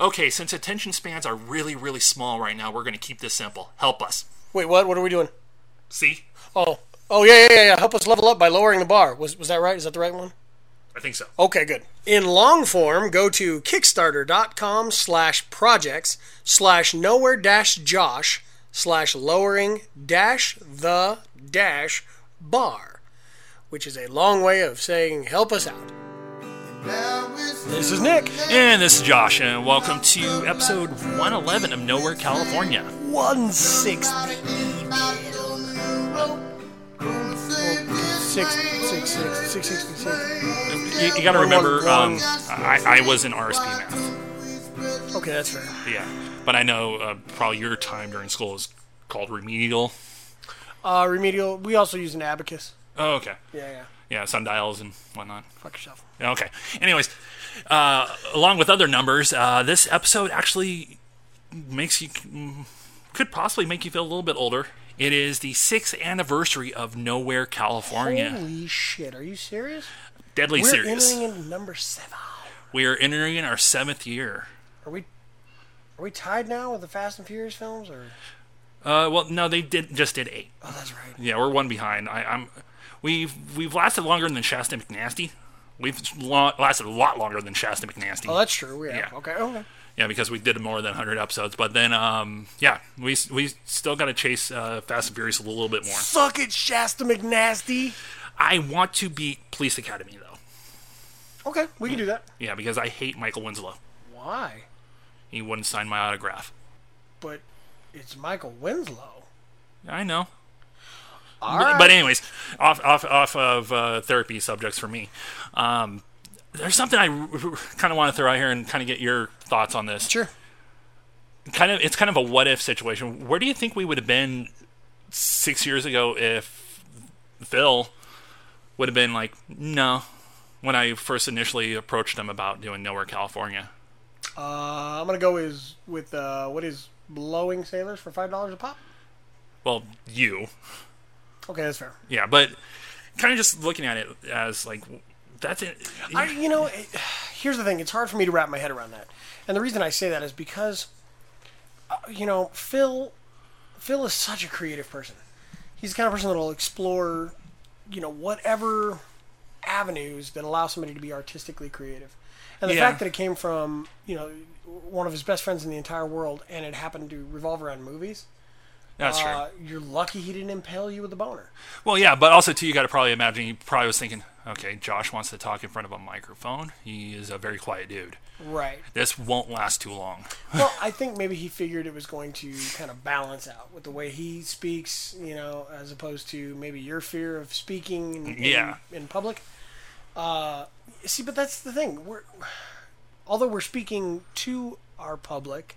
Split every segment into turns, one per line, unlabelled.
okay, since attention spans are really, really small right now, we're going to keep this simple. Help us.
Wait, what? What are we doing?
See?
Oh, oh yeah, yeah, yeah, yeah. Help us level up by lowering the bar. Was was that right? Is that the right one?
I think so.
Okay, good. In long form, go to kickstarter.com slash projects slash nowhere dash josh slash lowering dash the dash bar, which is a long way of saying help us out. This is Nick.
And this is Josh, and welcome to episode 111 of Nowhere, California.
One sixth. Six, six, six, six, six, six, six.
You, you got to
One, one,
remember, um,
one.
I, I was in RSP math.
Okay, that's fair.
Yeah. But I know uh, probably your time during school is called remedial.
Uh, remedial. We also use an abacus.
Oh, okay.
Yeah, yeah.
Yeah, sundials and whatnot.
Fuck yourself.
Okay. Anyways, uh, along with other numbers, uh, this episode actually makes you mm, could possibly make you feel a little bit older. It is the sixth anniversary of Nowhere, California.
Holy shit! Are you serious?
Deadly
We're
serious.
entering in number seven.
we are entering in our seventh year.
Are we? Are we tied now with the Fast and Furious films? Or
Uh, well, no, they did just did eight.
oh, that's right.
Yeah, we're one behind. I, I'm we've we've lasted longer than Shasta McNasty. We've lo- lasted a lot longer than Shasta McNasty.
Oh, that's true. Yeah.
Yeah.
Okay. Okay.
Yeah, because we did more than 100 episodes. But then, um, yeah, we we still got to chase uh, Fast and Furious a little bit more.
Suck it, Shasta McNasty.
I want to beat Police Academy though.
Okay, we can do that.
Yeah, because I hate Michael Winslow.
Why?
He wouldn't sign my autograph.
But it's Michael Winslow.
I know.
All
But,
right.
but anyways, off off off of uh, therapy subjects for me. Um, there's something I kind of want to throw out here and kind of get your thoughts on this.
sure.
Kind of, it's kind of a what if situation. Where do you think we would have been six years ago if Phil would have been like, no, when I first initially approached him about doing Nowhere California?
Uh, I'm gonna go is with uh, what is blowing sailors for five dollars a pop.
Well, you,
Okay, that's fair.
yeah, but kind of just looking at it as like that's it.
I, you know, it, here's the thing. It's hard for me to wrap my head around that, and the reason I say that is because, uh, you know, Phil, Phil is such a creative person. He's the kind of person that'll explore, you know, whatever avenues that allow somebody to be artistically creative. And the
Yeah.
fact that it came from, you know, one of his best friends in the entire world, and it happened to revolve around movies.
that's true.
Uh, you're lucky he didn't impale you with a boner.
Well, yeah, but also too, you got to probably imagine he probably was thinking, okay, Josh wants to talk in front of a microphone. He is a very quiet dude.
Right.
This won't last too long.
well, I think maybe he figured it was going to kind of balance out with the way he speaks, you know, as opposed to maybe your fear of speaking in, in-
Yeah.
in public. Uh, see, but that's the thing. We're although we're speaking to our public,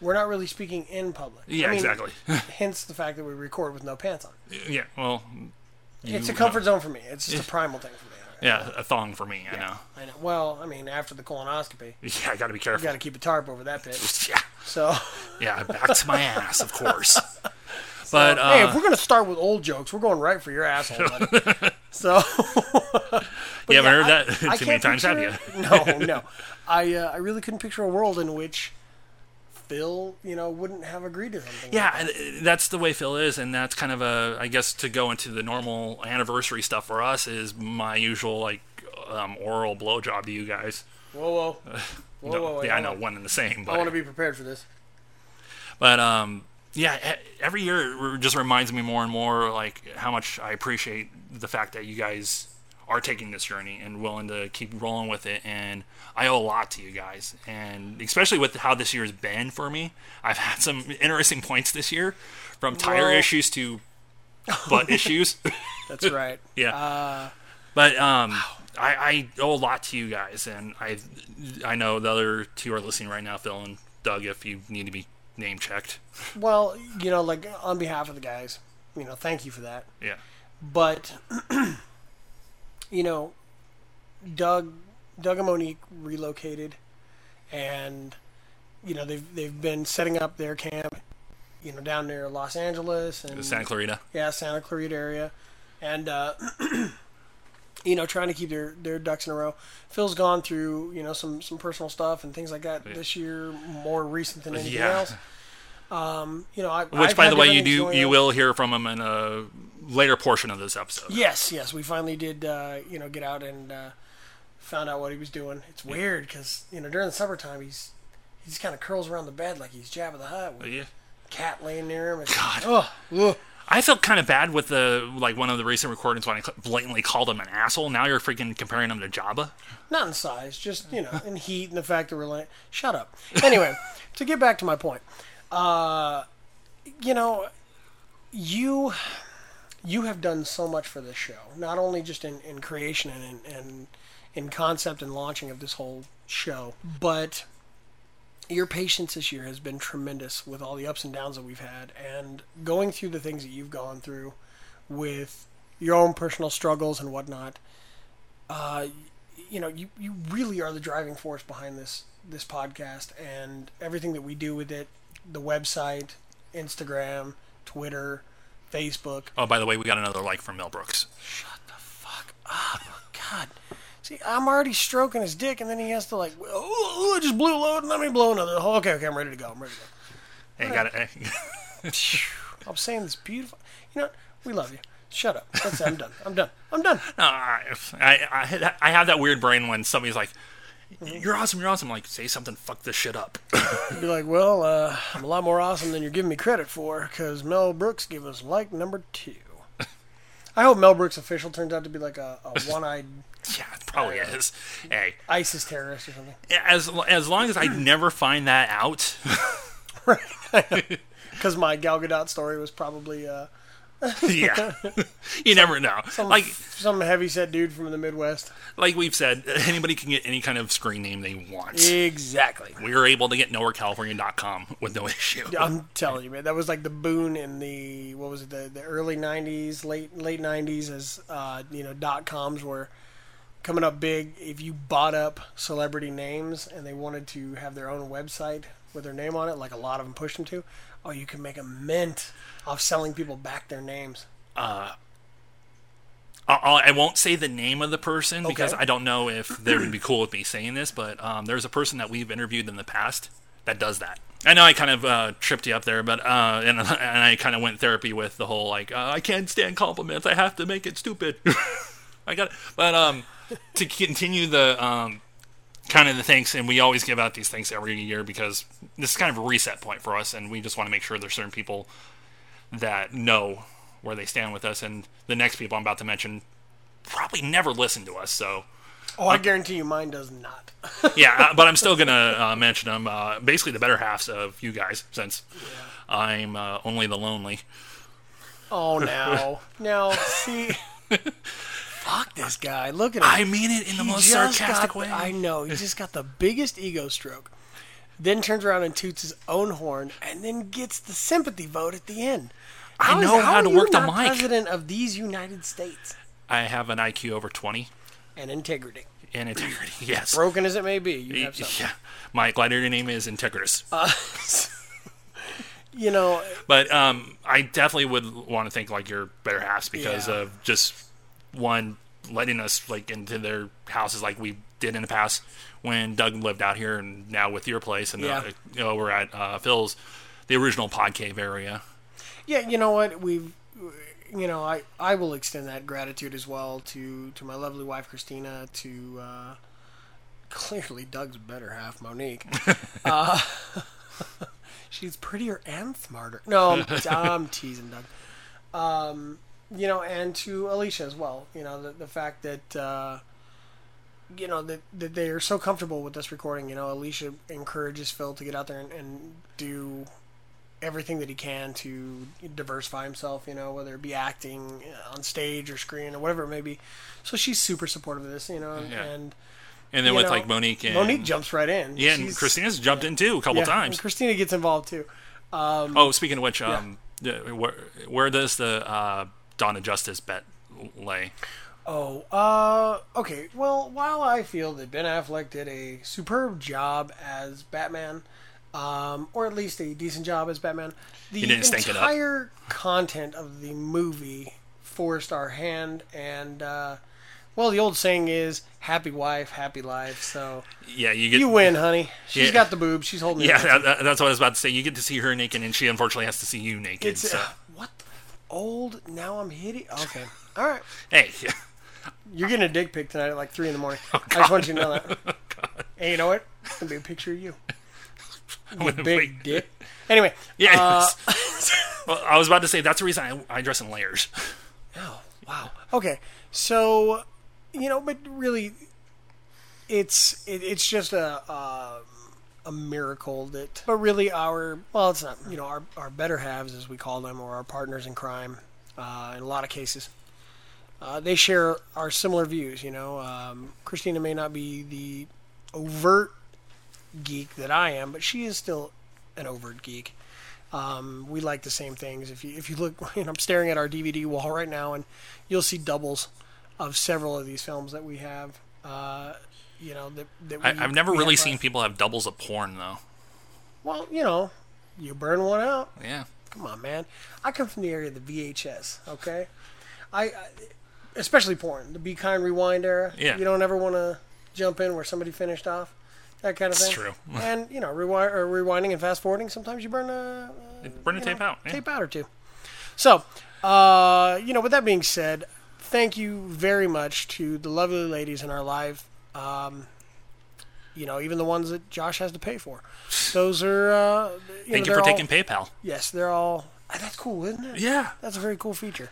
we're not really speaking in public. I
Yeah,
mean,
exactly.
hence the fact that we record with no pants on.
yeah, well,
it's a
know.
comfort zone for me. It's just a primal thing for me.
yeah, a thong for me. I know.
I know. Well, I mean, after the colonoscopy, you
Yeah, I got to be careful.
got to keep a tarp over that bit.
Yeah,
So.
yeah, back to my ass, of course. But uh,
hey, if we're gonna start with old jokes, we're going right for your asshole. buddy. so
you haven't
I-
heard that
I
too many
can't
times, have you?
picture- No, no. I uh, I really couldn't picture a world in which Phil, you know, wouldn't have agreed to something.
Yeah, and, uh, that's the way Phil is, and that's kind of a, I guess, to go into the normal anniversary stuff for us is my usual like um, oral blowjob to you guys.
Whoa, whoa, whoa,
No,
whoa. wait,
yeah, I
hold
know
on.
one and the same. But
I want to be prepared for this.
But um, yeah, e- every year it re- just reminds me more and more like how much I appreciate the fact that you guys are taking this journey and willing to keep rolling with it. And I owe a lot to you guys, and especially with how this year's been for me. I've had some interesting points this year, from tire
Well-
issues to butt issues.
That's right.
Yeah. but um, I, I owe a lot to you guys, and I I know the other two are listening right now, Phil and Doug. If you need to be name checked,
Well, you know, like on behalf of the guys, you know, thank you for that.
yeah.
but you know, Doug, Doug and Monique relocated, and you know they've they've been setting up their camp, you know, down near Los Angeles and
Santa Clarita.
yeah, Santa Clarita area, and uh, you know, trying to keep their, their ducks in a row. Phil's gone through, you know, some, some personal stuff and things like that this year, more recent than anything
Yeah.
else. Um, you know, I,
Which,
I've
by
had
the way, you
different things
do
going
you
on.
will hear from him in a later portion of this episode.
Yes, yes, we finally did. Uh, you know, get out and uh, found out what he was doing. It's weird because you know during the summertime he's he just kind of curls around the bed like he's Jabba the Hutt with
Yeah.
a cat laying near him. It's,
God.
Ugh, ugh.
I felt kind of bad with the like one of the recent recordings when I cl- blatantly called him an asshole. Now you're freaking comparing him to Jabba.
not in size, just you know, in heat and the fact that we're like, shut up. Anyway, to get back to my point, uh, you know, you you have done so much for this show, not only just in, in creation and in, and in concept and launching of this whole show, but your patience this year has been tremendous with all the ups and downs that we've had and going through the things that you've gone through with your own personal struggles and whatnot you know you, you really are the driving force behind this this podcast and everything that we do with it the website instagram twitter facebook
Oh, by the way, we got another like from Mel Brooks.
fuck up god see i'm already stroking his dick and then he has to like oh, oh, i just blew a load and let me blow another oh, okay okay i'm ready to go i'm ready to go
Hey, got it.
i'm saying this beautiful you know what? we love you shut up that's it i'm done i'm done i'm done
No, I, I, I, I have that weird brain when somebody's like, "You're awesome, you're awesome." like, say something, fuck this shit up.
be like, well, uh, I'm a lot more awesome than you're giving me credit for, because Mel Brooks gave us like number two. I hope Mel Brooks official turns out to be like a, a one-eyed
yeah, it probably is. Hey,
ISIS terrorist or something,
as as long as I never find that out,
because my Gal Gadot story was probably uh,
yeah, you never know.
some,
Like
some heavy-set dude from the Midwest.
like we've said, anybody can get any kind of screen name they want.
Exactly.
We were able to get nowherecalifornia.com with no issue.
I'm telling you, man, that was like the boon in the what was it the, the early '90s, late late '90s, as uh, you know, dot coms were coming up big. If you bought up celebrity names and they wanted to have their own website with their name on it, like a lot of them pushed them to, oh, you can make a mint off selling people back their names.
I- I'll, I won't say the name of the person because I don't know if they would be cool with me saying this, but um, there's a person that we've interviewed in the past that does that. I know I kind of uh, tripped you up there, but uh, and, and I kind of went therapy with the whole like uh, I can't stand compliments. I have to make it stupid. I got, it. but um, to continue the um, kind of the thanks, and we always give out these thanks every year because this is kind of a reset point for us, and we just want to make sure there's certain people that know where they stand with us, and the next people I'm about to mention probably never listen to us. So
Oh, I guarantee you, mine does not.
yeah, uh, but I'm still gonna uh, mention them. Uh, basically, the better halves of you guys, since I'm uh, only the lonely.
Oh, now, now, see. Fuck this guy! Look at him.
I mean it in the
He
most
just
sarcastic
got,
way.
I know. He just got the biggest ego stroke. Then turns around and toots his own horn, and then gets the sympathy vote at the end.
I
is-
know how
are
to
you
work the
not
mic.
President of these United States
I have an IQ over 20
and integrity,
and integrity. Yes.
broken as it may be, you have some. Uh,
Yeah. My gladiator name is Integris.
You know,
but um, I definitely would want to thank like your better halves because
Yeah.
of just one letting us like into their houses like we did in the past when Doug lived out here and now with your place and
Yeah.
uh, you know, we're at uh, Phil's, the original Pod Cave area.
yeah, you know what we've. You know, I, I will extend that gratitude as well to, to my lovely wife Christina, to uh, clearly Doug's better half Monique. uh, she's prettier and smarter. No, I'm, I'm teasing Doug. Um, you know, and to Alicia as well. You know, the, the fact that uh, you know that, that they are so comfortable with this recording. You know, Alicia encourages Phil to get out there and, and do everything that he can to diversify himself. You know, whether it be acting uh, on stage or screen or whatever it may be. So she's super supportive of this. You know, and,
Yeah.
and
And then
you
with
know,
like Monique and
Monique jumps right in.
yeah, and
She's-
Christina's jumped in too a couple
yeah, and
times.
Christina gets involved too.
Oh, speaking of which, um, the- where, where does the uh, Dawn of Justice bet lay?
Oh, uh, okay. Well, while I feel that Ben Affleck did a superb job as Batman, um, or at least a decent job as Batman, the
didn't stink it up.
entire content of the movie forced our hand, and uh, Well, the old saying is happy wife, happy life. So
Yeah, you get
you win, honey. She's
Yeah.
got the boobs. She's holding. it
Yeah,
up.
that, that- that's what I was about to say. You get to see her naked, and she unfortunately has to see you naked.
It's
so,
uh, what the f- old. Now I'm hitting. Okay, all right.
hey,
You're getting a dick pic tonight at like three in the morning. I just want you to know that. And you know what? It's gonna be a picture of you.
I'm gonna
Big
wait.
dick. Anyway.
Yeah.
uh,
well, I was about to say that's the reason I, I dress in layers.
Oh, wow. Okay. So, you know, but really, it's it, it's just a uh, a miracle that. But really, our well, it's not. You know, our our better halves, as we call them, or our partners in crime, uh, in a lot of cases. Uh, they share our similar views, you know. Um, Christina may not be the overt geek that I am, but she is still an overt geek. Um, we like the same things. If you if you look, and I'm staring at our DVD wall right now, and you'll see doubles of several of these films that we have. Uh, you know that, that we,
I, I've never
we
really
have, uh,
seen people have doubles of porn though.
Well, you know, you burn one out.
Yeah,
Come on, man. I come from the area of the VHS. Okay, I, I especially porn, the Be Kind Rewind era.
Yeah.
you don't ever want to jump in where somebody finished off. That kind of
It's
thing.
true.
and you know, rewind or rewinding and fast forwarding. Sometimes you burn a uh,
burn the
you
tape
know,
out. Yeah.
Tape out or two. So, uh, you know, with that being said, thank you very much to the lovely ladies in our life. Um, you know, even the ones that Josh has to pay for. Those are. Uh, you
Thank
know,
you for
they're all-
taking PayPal.
Yes, they're all. ah, That's cool, isn't it?
Yeah,
That's a very cool feature.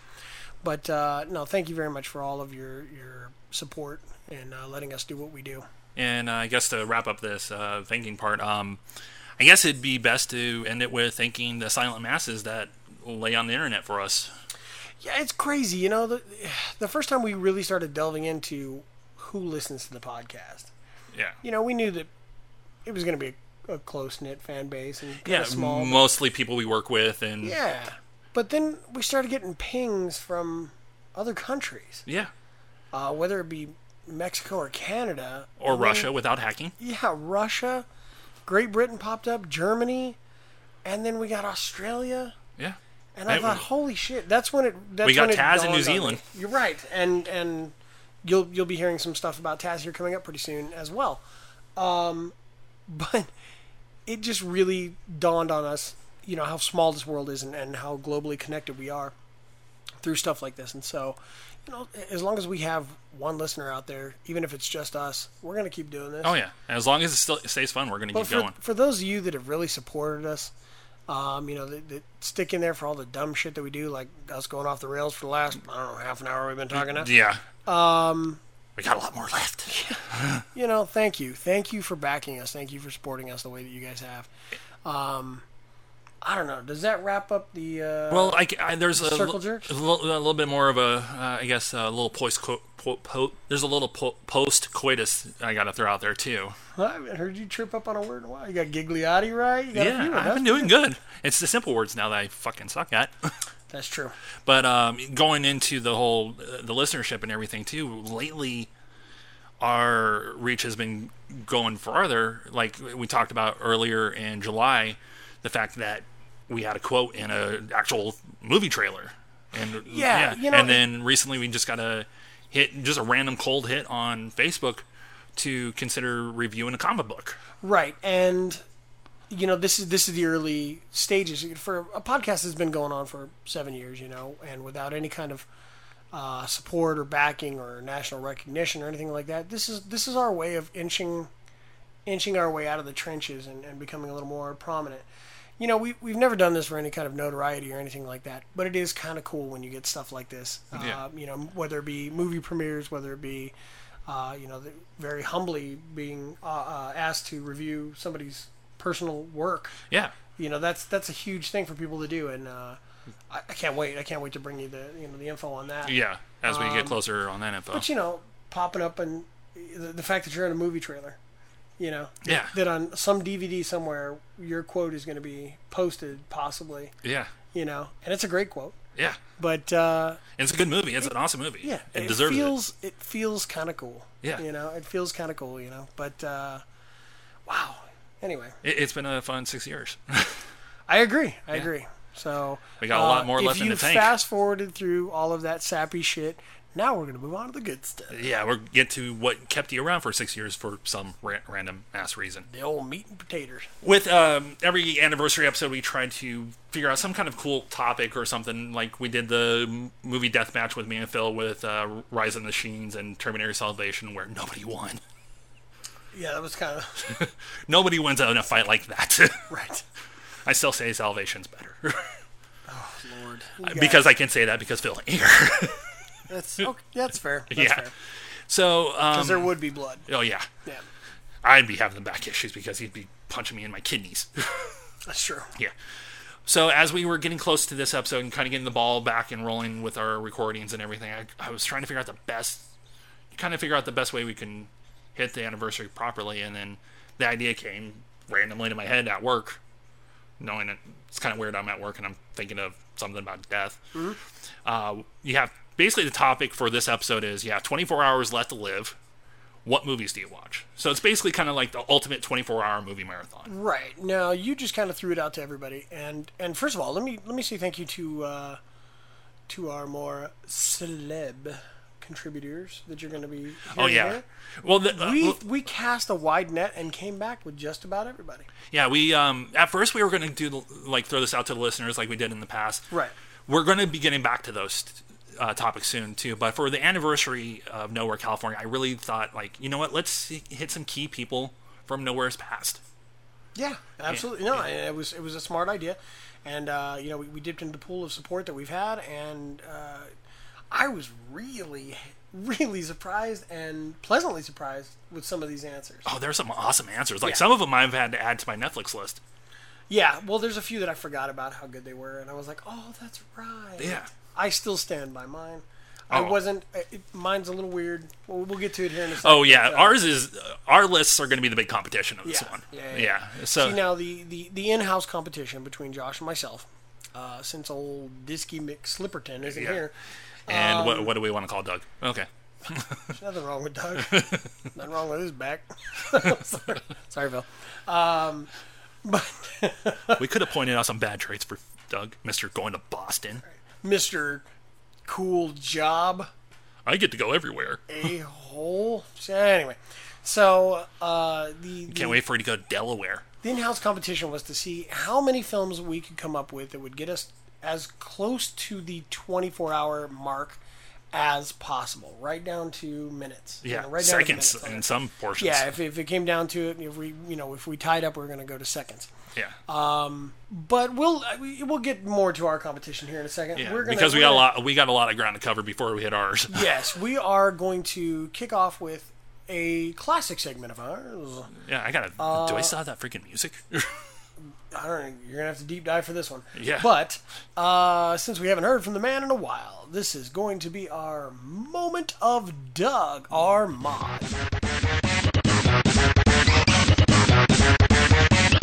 But uh, no, thank you very much for all of your your support and uh, letting us do what we do.
and uh, I guess to wrap up this uh, thanking part, um, I guess it'd be best to end it with thanking the silent masses that lay on the internet for us.
Yeah, it's crazy. You know, the the first time we really started delving into who listens to the podcast,
Yeah,
you know, we knew that it was going to be a, a close knit fan base and kinda
yeah,
small.
mostly people we work with, and
yeah, but then we started getting pings from other countries,
yeah,
uh, whether it be Mexico or Canada
or
And then-
Russia without hacking.
yeah, Russia, Great Britain popped up, Germany, and then we got Australia.
Yeah,
And I
Right.
thought, holy shit, that's when it. That's
We got
when it
Taz in
dawned
New
on me.
Zealand.
You're right, and and you'll you'll be hearing some stuff about Taz here coming up pretty soon as well. Um, but it just really dawned on us, you know, how small this world is and, and how globally connected we are through stuff like this. And so, you know, as long as we have one listener out there, even if it's just us, we're gonna keep doing this.
Oh yeah, and as long as it still stays fun, we're gonna
But
keep
for,
going.
for those of you that have really supported us, um, you know, that, that stick in there for all the dumb shit that we do, like us going off the rails for the last, I don't know, half an hour we've been talking now.
Yeah. Um, we got a lot more left.
You know, thank you. Thank you for backing us. Thank you for supporting us the way that you guys have. Um, I don't know. Does that wrap up the. Uh,
Well, I, I- there's a,
Circle
l-
jerks?
a little, a little bit more of a, uh, I guess, a little post. Co- po- po- there's a little po- post coitus I got to throw out there too.
I haven't heard you trip up on a word in a while. You got Gigliotti right. You got a
yeah,
few of
I've
them.
been doing good. It's the simple words now that I fucking suck at.
That's true.
But um, going into the whole uh, the listenership and everything too, lately our reach has been going farther. Like we talked about earlier in July, the fact that we had a quote in a actual movie trailer, and
Yeah, you know,
and then recently we just got a hit, just a random cold hit on Facebook to consider reviewing a comic book.
Right, and you know this is this is the early stages for a podcast that's been going on for seven years, you know, and without any kind of uh, support or backing or national recognition or anything like that. This is this is our way of inching inching our way out of the trenches and, and becoming a little more prominent. You know, we, we've never done this for any kind of notoriety or anything like that, but it is kind of cool when you get stuff like this.
Yeah.
Uh, you know, whether it be movie premieres, whether it be, uh, you know, the, very humbly being uh, uh, asked to review somebody's personal work.
Yeah,
You know, that's that's a huge thing for people to do, and uh, I, I can't wait. I can't wait to bring you the you know the info on that.
yeah. As we get closer on that info,
Um, But you know, popping up and the, the fact that you're in a movie trailer, you know,
yeah,
that on some DVD somewhere your quote is going to be posted, possibly,
yeah,
you know, and it's a great quote.
yeah.
But uh,
It's a good movie. It's an awesome movie.
yeah,
it, deserves it.
feels it, feels kind of cool.
Yeah.
you know, it feels kind of cool. You know, but uh, wow. Anyway,
It, it's been a fun six years.
I agree. I agree. So uh,
We got a lot more
if
left in
you
the tank.
Fast forwarded through all of that sappy shit Now we're going to move on to the good stuff.
Yeah, we'll get to what kept you around for six years for some ra- random ass reason.
The old meat and potatoes.
With um, every anniversary episode, we tried to figure out some kind of cool topic or something. Like we did the m- movie death match with me and Phil with uh, Rise of the Machines and Terminator Salvation, where nobody won.
Yeah, that was kind of
Nobody wins in a fight like that.
right.
I still say Salvation's better
Lord,
because I can say that because Phil ain't here.
that's okay, that's fair. That's
yeah.
fair. 'Cause
So um,
there would be blood.
oh yeah,
Yeah,
I'd be having back issues because he'd be punching me in my kidneys.
that's true.
Yeah. So as we were getting close to this episode and kind of getting the ball back and rolling with our recordings and everything, I, I was trying to figure out the best, kind of figure out the best way we can hit the anniversary properly. And then the idea came randomly to my head at work, knowing that it's kind of weird. I'm at work and I'm thinking of something about death. Uh, you have basically the topic for this episode is you have 24 hours left to live. What movies do you watch? So it's basically kind of like the ultimate 24 hour movie marathon.
Right now, you just kind of threw it out to everybody, and and first of all, let me let me say thank you to uh, to our more celeb contributors that you're going to be.
Oh
hearing
yeah.
here.
Well, the, uh,
We, we cast a wide net and came back with just about everybody.
Yeah, we um at first we were going to do the- like throw this out to the listeners like we did in the past.
Right.
We're going to be getting back to those uh, topics soon too, but for the anniversary of Nowhere California, I really thought like, you know what, let's hit some key people from Nowhere's past.
Yeah, absolutely. No, and it was it was a smart idea, and uh, you know we, we dipped into the pool of support that we've had, and uh, I was really, really surprised and pleasantly surprised with some of these answers.
Oh, there's some awesome answers. Like some of them I've had to add to my Netflix list.
Yeah, well, there's a few that I forgot about how good they were, and I was like, oh, that's right.
Yeah.
I still stand by mine. I
Oh.
wasn't. uh, It, it- mine's a little weird. We'll, we'll get to it here in a second.
Oh yeah,
but, uh,
ours is our lists are going to be the big competition of this
Yeah,
one.
yeah,
yeah.
yeah.
So
See, now the, the, the in-house competition between Josh and myself, uh, since old Disky Mick Slipperton isn't
Yeah.
here,
and
um,
what what do we want to call Doug? Okay.
there's nothing wrong with Doug. nothing wrong with his back. sorry, sorry, Phil.
we could have pointed out some bad traits for Doug, Mr. going to Boston.
Mister Cool Job,
I get to go everywhere.
a hole. So anyway, so uh, the, the
Can't wait for you to go to Delaware.
the in-house competition was to see how many films we could come up with that would get us as close to the 24-hour mark as possible, right down to minutes. You
Yeah,
know, right down to
seconds
minutes on
in
it.
some portions.
Yeah, if, if it came down to it, if we you know if we tied up, we are going to go to seconds.
yeah.
uh, But we'll I- we- we'll get more to our competition here in a second.
Yeah,
We're gonna,
because we
we're
got a
gonna-
lot. We got a lot of ground to cover before we hit ours.
Yes, we are going to kick off with a classic segment of ours.
yeah, I gotta. do
Uh,
I still have that freaking music?
I don't. You're gonna have to deep dive for this one.
Yeah.
But uh, since we haven't heard from the man in a while, this is going to be our moment of Doug, our mod.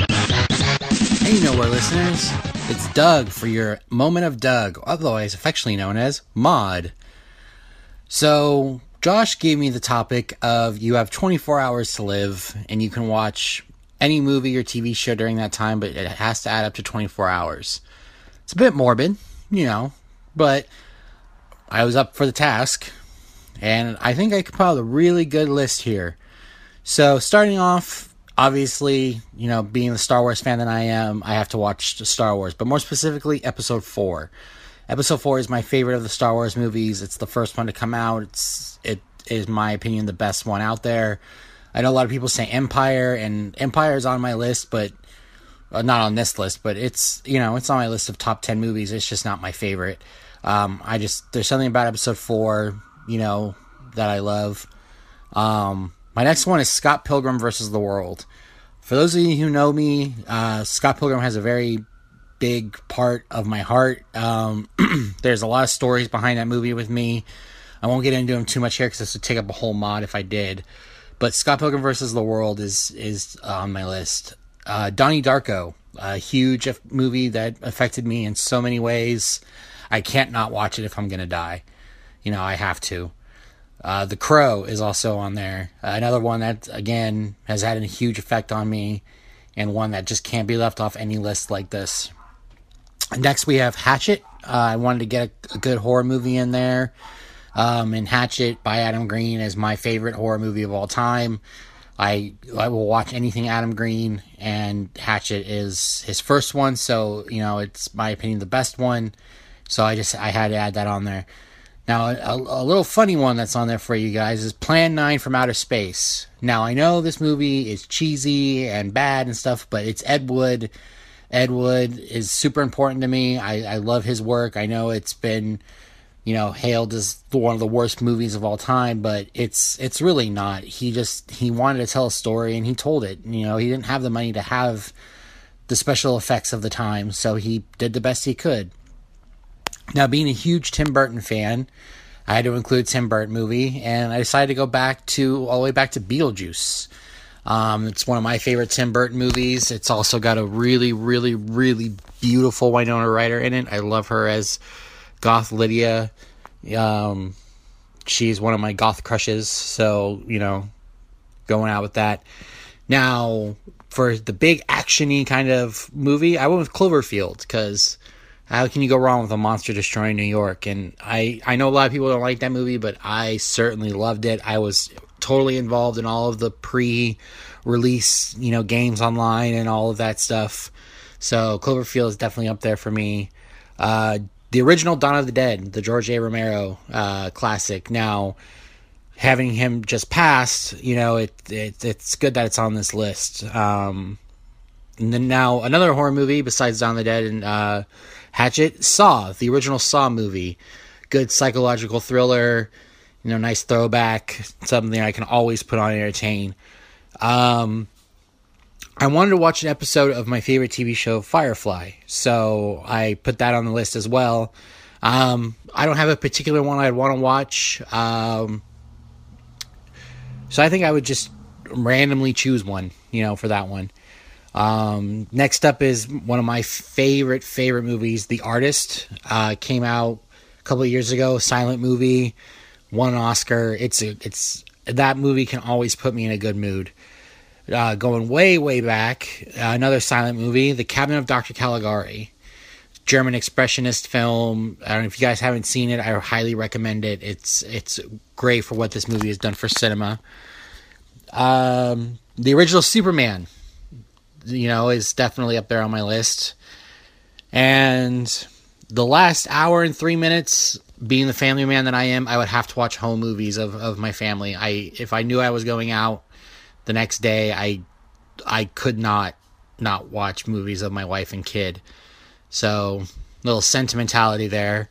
Hey, nowhere listeners. It's Doug for your moment of Doug, otherwise affectionately known as Mod. So, Josh gave me the topic of you have 24 hours to live and you can watch any movie or TV show during that time, but it has to add up to 24 hours. It's a bit morbid, you know, but I was up for the task and I think I compiled a really good list here. So starting off, obviously, you know, being the Star Wars fan that I am, I have to watch Star Wars, but more specifically, Episode Four. Episode Four is my favorite of the Star Wars movies. It's the first one to come out. It's it is my opinion the best one out there. I know a lot of people say Empire, and Empire is on my list, but uh, not on this list, but it's you know it's on my list of top ten movies. It's just not my favorite. Um, I just there's something about Episode Four, you know, that I love. Um, my next one is Scott Pilgrim versus the World. For those of you who know me, uh, Scott Pilgrim has a very big part of my heart. Um, there's a lot of stories behind that movie with me. I won't get into them too much here because this would take up a whole mod if I did. But Scott Pilgrim versus the World is is on my list. Uh, Donnie Darko, a huge af- movie that affected me in so many ways. I can't not watch it if I'm gonna die. You know, I have to. Uh, the Crow is also on there. Uh, another one that, again, has had a huge effect on me, and one that just can't be left off any list like this. Next, we have Hatchet. Uh, I wanted to get a, a good horror movie in there. Um, and Hatchet by Adam Green is my favorite horror movie of all time. I I will watch anything Adam Green and Hatchet is his first one, so you know it's my opinion the best one. So I just I had to add that on there. Now a, a little funny one that's on there for you guys is Plan Nine from Outer Space. Now I know this movie is cheesy and bad and stuff, but it's Ed Wood. Ed Wood is super important to me. I, I love his work. I know it's been you know hailed as one of the worst movies of all time but it's it's really not he just he wanted to tell a story and he told it you know he didn't have the money to have the special effects of the time so he did the best he could now being a huge tim burton fan i had to include tim burton movie and i decided to go back to all the way back to beetlejuice um, it's one of my favorite Tim Burton movies. It's also got a really, really, really beautiful Winona Ryder in it. I love her as goth lydia um she's one of my goth crushes so you know going out with that now for the big actiony kind of movie i went with cloverfield because how can you go wrong with a monster destroying new york and i i know a lot of people don't like that movie but i certainly loved it i was totally involved in all of the pre release you know games online and all of that stuff so cloverfield is definitely up there for me uh the original Dawn of the Dead, the George A. Romero uh, classic. Now, having him just passed, you know, it, it it's good that it's on this list. Um, and then now another horror movie besides Dawn of the Dead and uh, Hatchet, Saw, the original Saw movie, good psychological thriller, you know, nice throwback, something I can always put on and entertain. Um, I wanted to watch an episode of my favorite TV show, Firefly. So I put that on the list as well. Um, I don't have a particular one I'd want to watch. Um, so I think I would just randomly choose one, you know, for that one. Um, next up is one of my favorite, favorite movies, The Artist. Uh, came out a couple of years ago, silent movie, won an Oscar. It's, a, it's, that movie can always put me in a good mood. Uh, going way, way back, uh, another silent movie, The Cabinet of Dr. Caligari. German expressionist film. I don't know if you guys haven't seen it. I highly recommend it. It's it's great for what this movie has done for cinema. Um, the original Superman, you know, is definitely up there on my list. And the last hour and three minutes, being the family man that I am, I would have to watch home movies of, of my family. I if I knew I was going out, the next day i i could not not watch movies of my wife and kid so little sentimentality there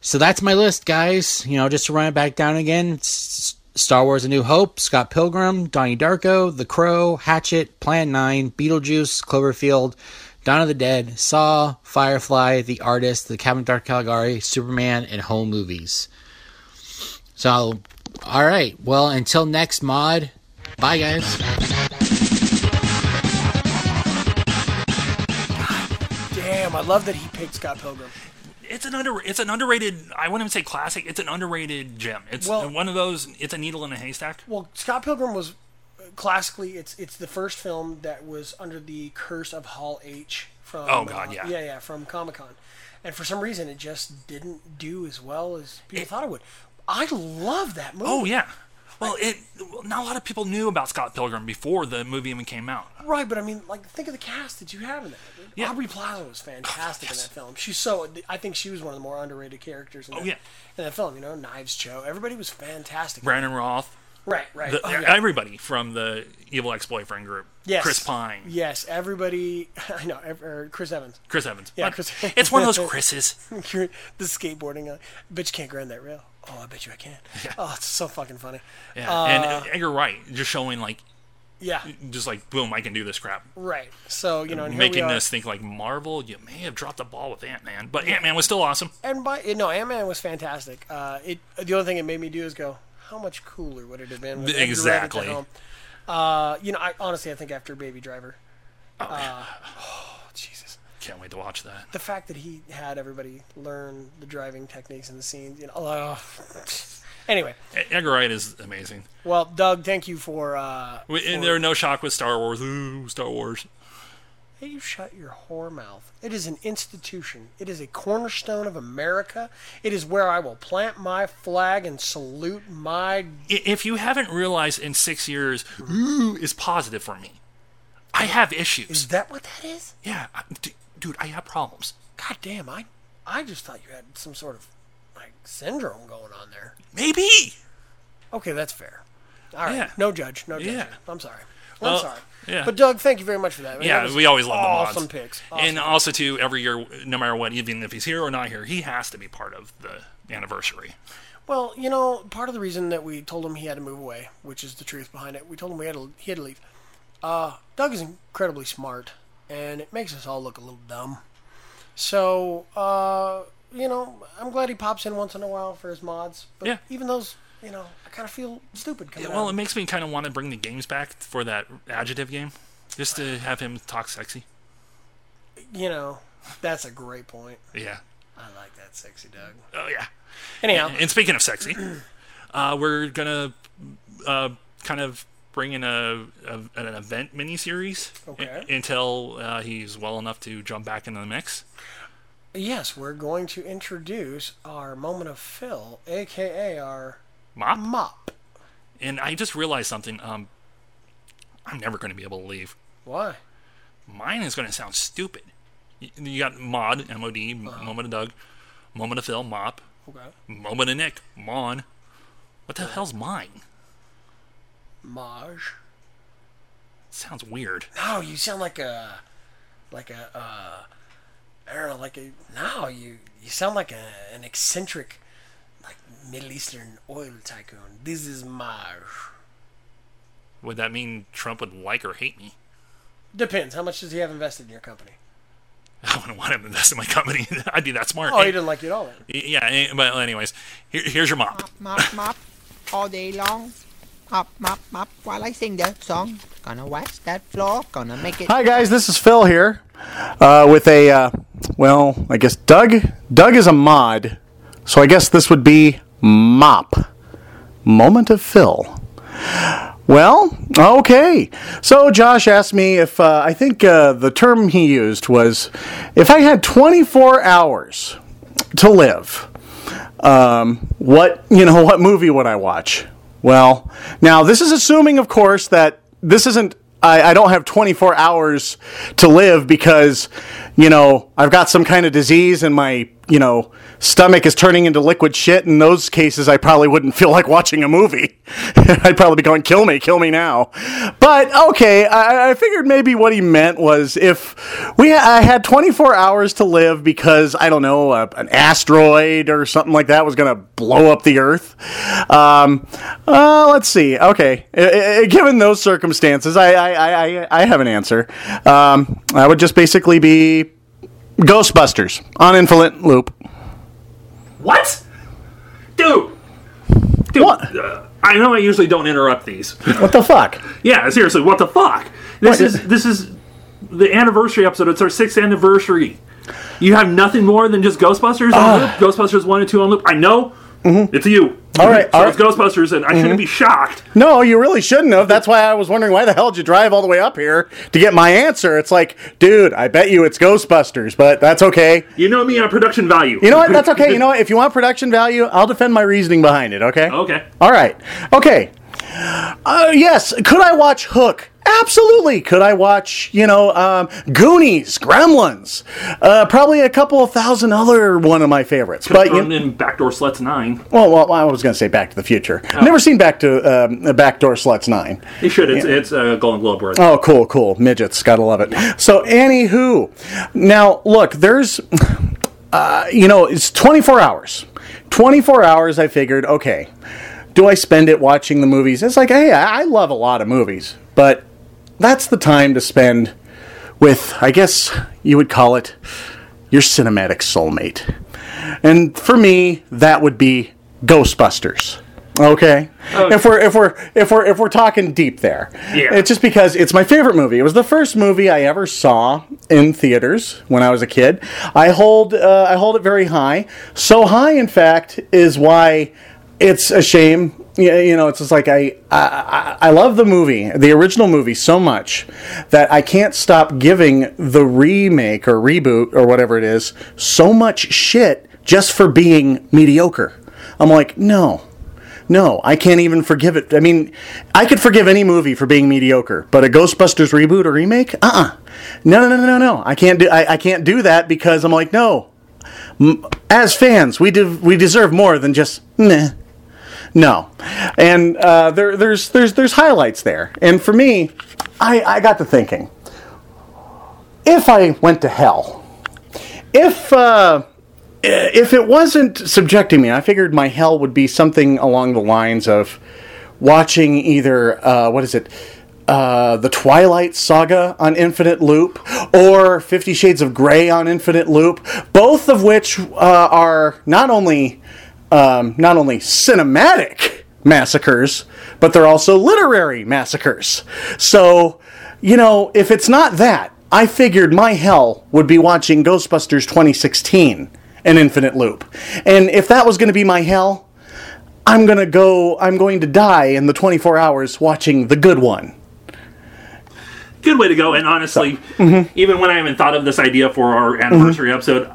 so that's my list guys you know just to run it back down again S- star wars a new hope scott pilgrim donnie darko the crow hatchet plan 9 beetlejuice cloverfield Dawn of the Dead, Saw, Firefly, The Artist, The Cabin Dark Caligari, Superman, and home movies. So, all right. Well, until next mod, Bye, guys.
Damn, I love that he picked Scott Pilgrim.
It's an under it's an underrated. I wouldn't even say classic. It's an underrated gem. It's
Well-
one of those. It's a needle in a haystack.
Well, Scott Pilgrim was classically it's it's the first film that was under the curse of Hall H from
Oh, God,
uh,
yeah.
yeah yeah from Comic Con, and for some reason it just didn't do as well as people thought it would. I love that movie.
Oh yeah. Well, it well, not a lot of people knew about Scott Pilgrim before the movie even came out.
Right, but I mean, like, think of the cast that you have in that.
Yeah.
Aubrey Plaza was fantastic in that film. She's so. I think she was one of the more underrated characters. In that,
Oh, yeah.
In that film, you know, Knives Cho. Everybody was fantastic.
Brandon Roth,
Right. Right.
the,
Oh, yeah.
everybody from the Evil Ex-Boyfriend group.
Yes.
Chris Pine.
Yes, everybody. I know. ev- Or Chris Evans.
Chris Evans.
Yeah,
Like,
Chris-
it's one of those Chris's.
the skateboarding. Uh, bet you can't grind that rail. Oh, I bet you I can. Oh, it's so fucking funny. Uh,
Yeah. and Edgar Wright just showing like,
Yeah.
just like, boom, I can do this crap.
Right. So you know, and here we
Making
are.
us think like Marvel, you may have dropped the ball with Ant Man, but Ant Man was still awesome.
And by you know, Ant Man was fantastic. Uh, it the only thing it made me do is go, how much cooler would it have been? With Edgar Wright at the
Exactly.
helm? Uh, you know, I honestly I think after Baby Driver.
Oh,
Uh, oh Jesus.
Can't wait to watch that.
The fact that he had everybody learn the driving techniques and the scenes, you know. oh. anyway,
E- Edgar Wright is amazing.
well, Doug, thank you for. Uh,
We, and there are no shock with Star Wars. Ooh, Star Wars.
Hey, you shut your whore mouth. It is an institution. It is a cornerstone of America. It is where I will plant my flag and salute my.
I- If you haven't realized in six years, ooh is positive for me. I have issues.
Is that what that is?
Yeah, I- d- dude, I have problems.
God damn, I, I just thought you had some sort of like syndrome going on there.
Maybe.
Okay, that's fair. All right,
Yeah.
no judge, no judge.
Yeah.
I'm sorry.
Well,
I'm sorry.
yeah.
But Doug, thank you very much for that. I mean, that
Yeah,
was
we always love the mods.
awesome picks.
And also too, every year, no matter what, even if he's here or not here, he has to be part of the anniversary.
Well, you know, part of the reason that we told him he had to move away, which is the truth behind it, we told him we had to, he had to leave. Uh, Doug is incredibly smart, and it makes us all look a little dumb. So, uh, you know, I'm glad he pops in once in a while for his mods. But
Yeah.
even those, you know, I kind of feel stupid coming
Well,
out.
it makes me kind of want to bring the games back for that adjective game, just to have him talk sexy.
You know, that's a great point.
Yeah.
I like that sexy Doug.
Oh yeah.
Anyhow,
And speaking of sexy, uh, we're gonna uh, kind of bring in a, a an event miniseries
Okay.
u- until uh, he's well enough to jump back into the mix.
yes, we're going to introduce our moment of fill, aka our
Mop.
mop.
And I just realized something. Um, I'm never going to be able to leave.
Why?
Mine is going to sound stupid. You, you got mod, M O D, moment of Doug, moment of Phil, mop,
Okay.
moment of Nick, mon. What the hell's mine?
Maj.
sounds weird.
No, you sound like a, like a, uh, I don't know, like a. No, you you sound like a, an eccentric, like Middle Eastern oil tycoon. This is Maj.
Would that mean Trump would like or hate me?
Depends. How much does he have invested in your company?
I wouldn't want him to invest in my company. I'd be that smart.
Oh, he didn't like you at all. Then.
yeah, eh, but anyways, here, here's your mop.
mop, mop, all day long. Mop, mop, mop, while I sing that song. Gonna watch that floor, gonna make it.
Hi guys, this is Phil here uh, with a uh, well, I guess Doug. Doug is a mod, so I guess this would be mop. Moment of Phil. Well, okay. So Josh asked me if uh, I think uh, the term he used was if I had 24 hours to live, um, what you know, what movie would I watch? Well, now this is assuming, of course, that this isn't. I, I don't have 24 hours to live because you know I've got some kind of disease and my you know stomach is turning into liquid shit. In those cases, I probably wouldn't feel like watching a movie. I'd probably be going, "Kill me, kill me now." But okay, I, I figured maybe what he meant was if we I had 24 hours to live because I don't know a, an asteroid or something like that was going to blow up the Earth. Um, uh, let's see. Okay, I- I- given those circumstances, I I, I, I- I have an answer. Um, I would just basically be Ghostbusters on infinite loop.
What? Dude! Dude,
What?
uh, I know I usually don't interrupt these.
What the fuck?
yeah, seriously, what the fuck? This
What?
is this is the anniversary episode. It's our sixth anniversary. You have nothing more than just Ghostbusters on loop. Ghostbusters one and two on loop. I know. It's you.
Ah. Mm-hmm. All right,
So
all
it's Ghostbusters, and I shouldn't be shocked.
No, you really shouldn't have. That's why I was wondering why the hell did you drive all the way up here to get my answer? It's like, dude, I bet you it's Ghostbusters, but that's okay.
You know me on production value.
You know what? That's okay. You know what? If you want production value, I'll defend my reasoning behind it, okay?
Okay.
All right. Okay. Uh, yes. Could I watch Hook? Absolutely. Could I watch, you know, um, Goonies, Gremlins? Uh, probably a couple of thousand other one of my favorites. but you,
Thrown in Backdoor Sluts 9.
well, well, I was going to say Back to the Future.
Oh.
I've never seen Back to um, Backdoor Sluts Nine.
You should. It's, it's uh, Golden Globe worthy.
Oh, cool, cool. Midgets, gotta love it. So, anywho, now look, there's, uh, you know, it's 24 hours. 24 hours, I figured, okay, do I spend it watching the movies? It's like, hey, I I love a lot of movies, but that's the time to spend with, I guess you would call it, your cinematic soulmate. And for me, that would be Ghostbusters. Okay. If we're if we're if we're if we're talking deep there.
Yeah.
It's just because it's my favorite movie. It was the first movie I ever saw in theaters when I was a kid. I hold uh, I hold it very high. So high in fact is why it's a shame yeah, you know, it's just like I, I, I I love the movie, the original movie, so much that I can't stop giving the remake or reboot or whatever it is so much shit just for being mediocre. I'm like, no, no, I can't even forgive it. I mean, I could forgive any movie for being mediocre, but a Ghostbusters reboot or remake, uh, uh no, no, no, no, no, I can't do, I, I can't do that because I'm like, no. M- As fans, we do, we deserve more than just nah. No, and uh, there, there's there's there's highlights there, and for me, I I got to thinking, if I went to hell, if uh, if it wasn't subjecting me, I figured my hell would be something along the lines of watching either uh, what is it. Uh, the Twilight Saga on Infinite Loop or Fifty Shades of Grey on Infinite Loop, both of which uh, are not only um, not only cinematic massacres, but they're also literary massacres. So, you know, if it's not that, I figured my hell would be watching Ghostbusters 2016 an infinite loop. And if that was going to be my hell, I'm going to go I'm going to die in the 24 hours watching The Good One.
good way to go. And honestly,
mm-hmm.
even when I even thought of this idea for our anniversary episode,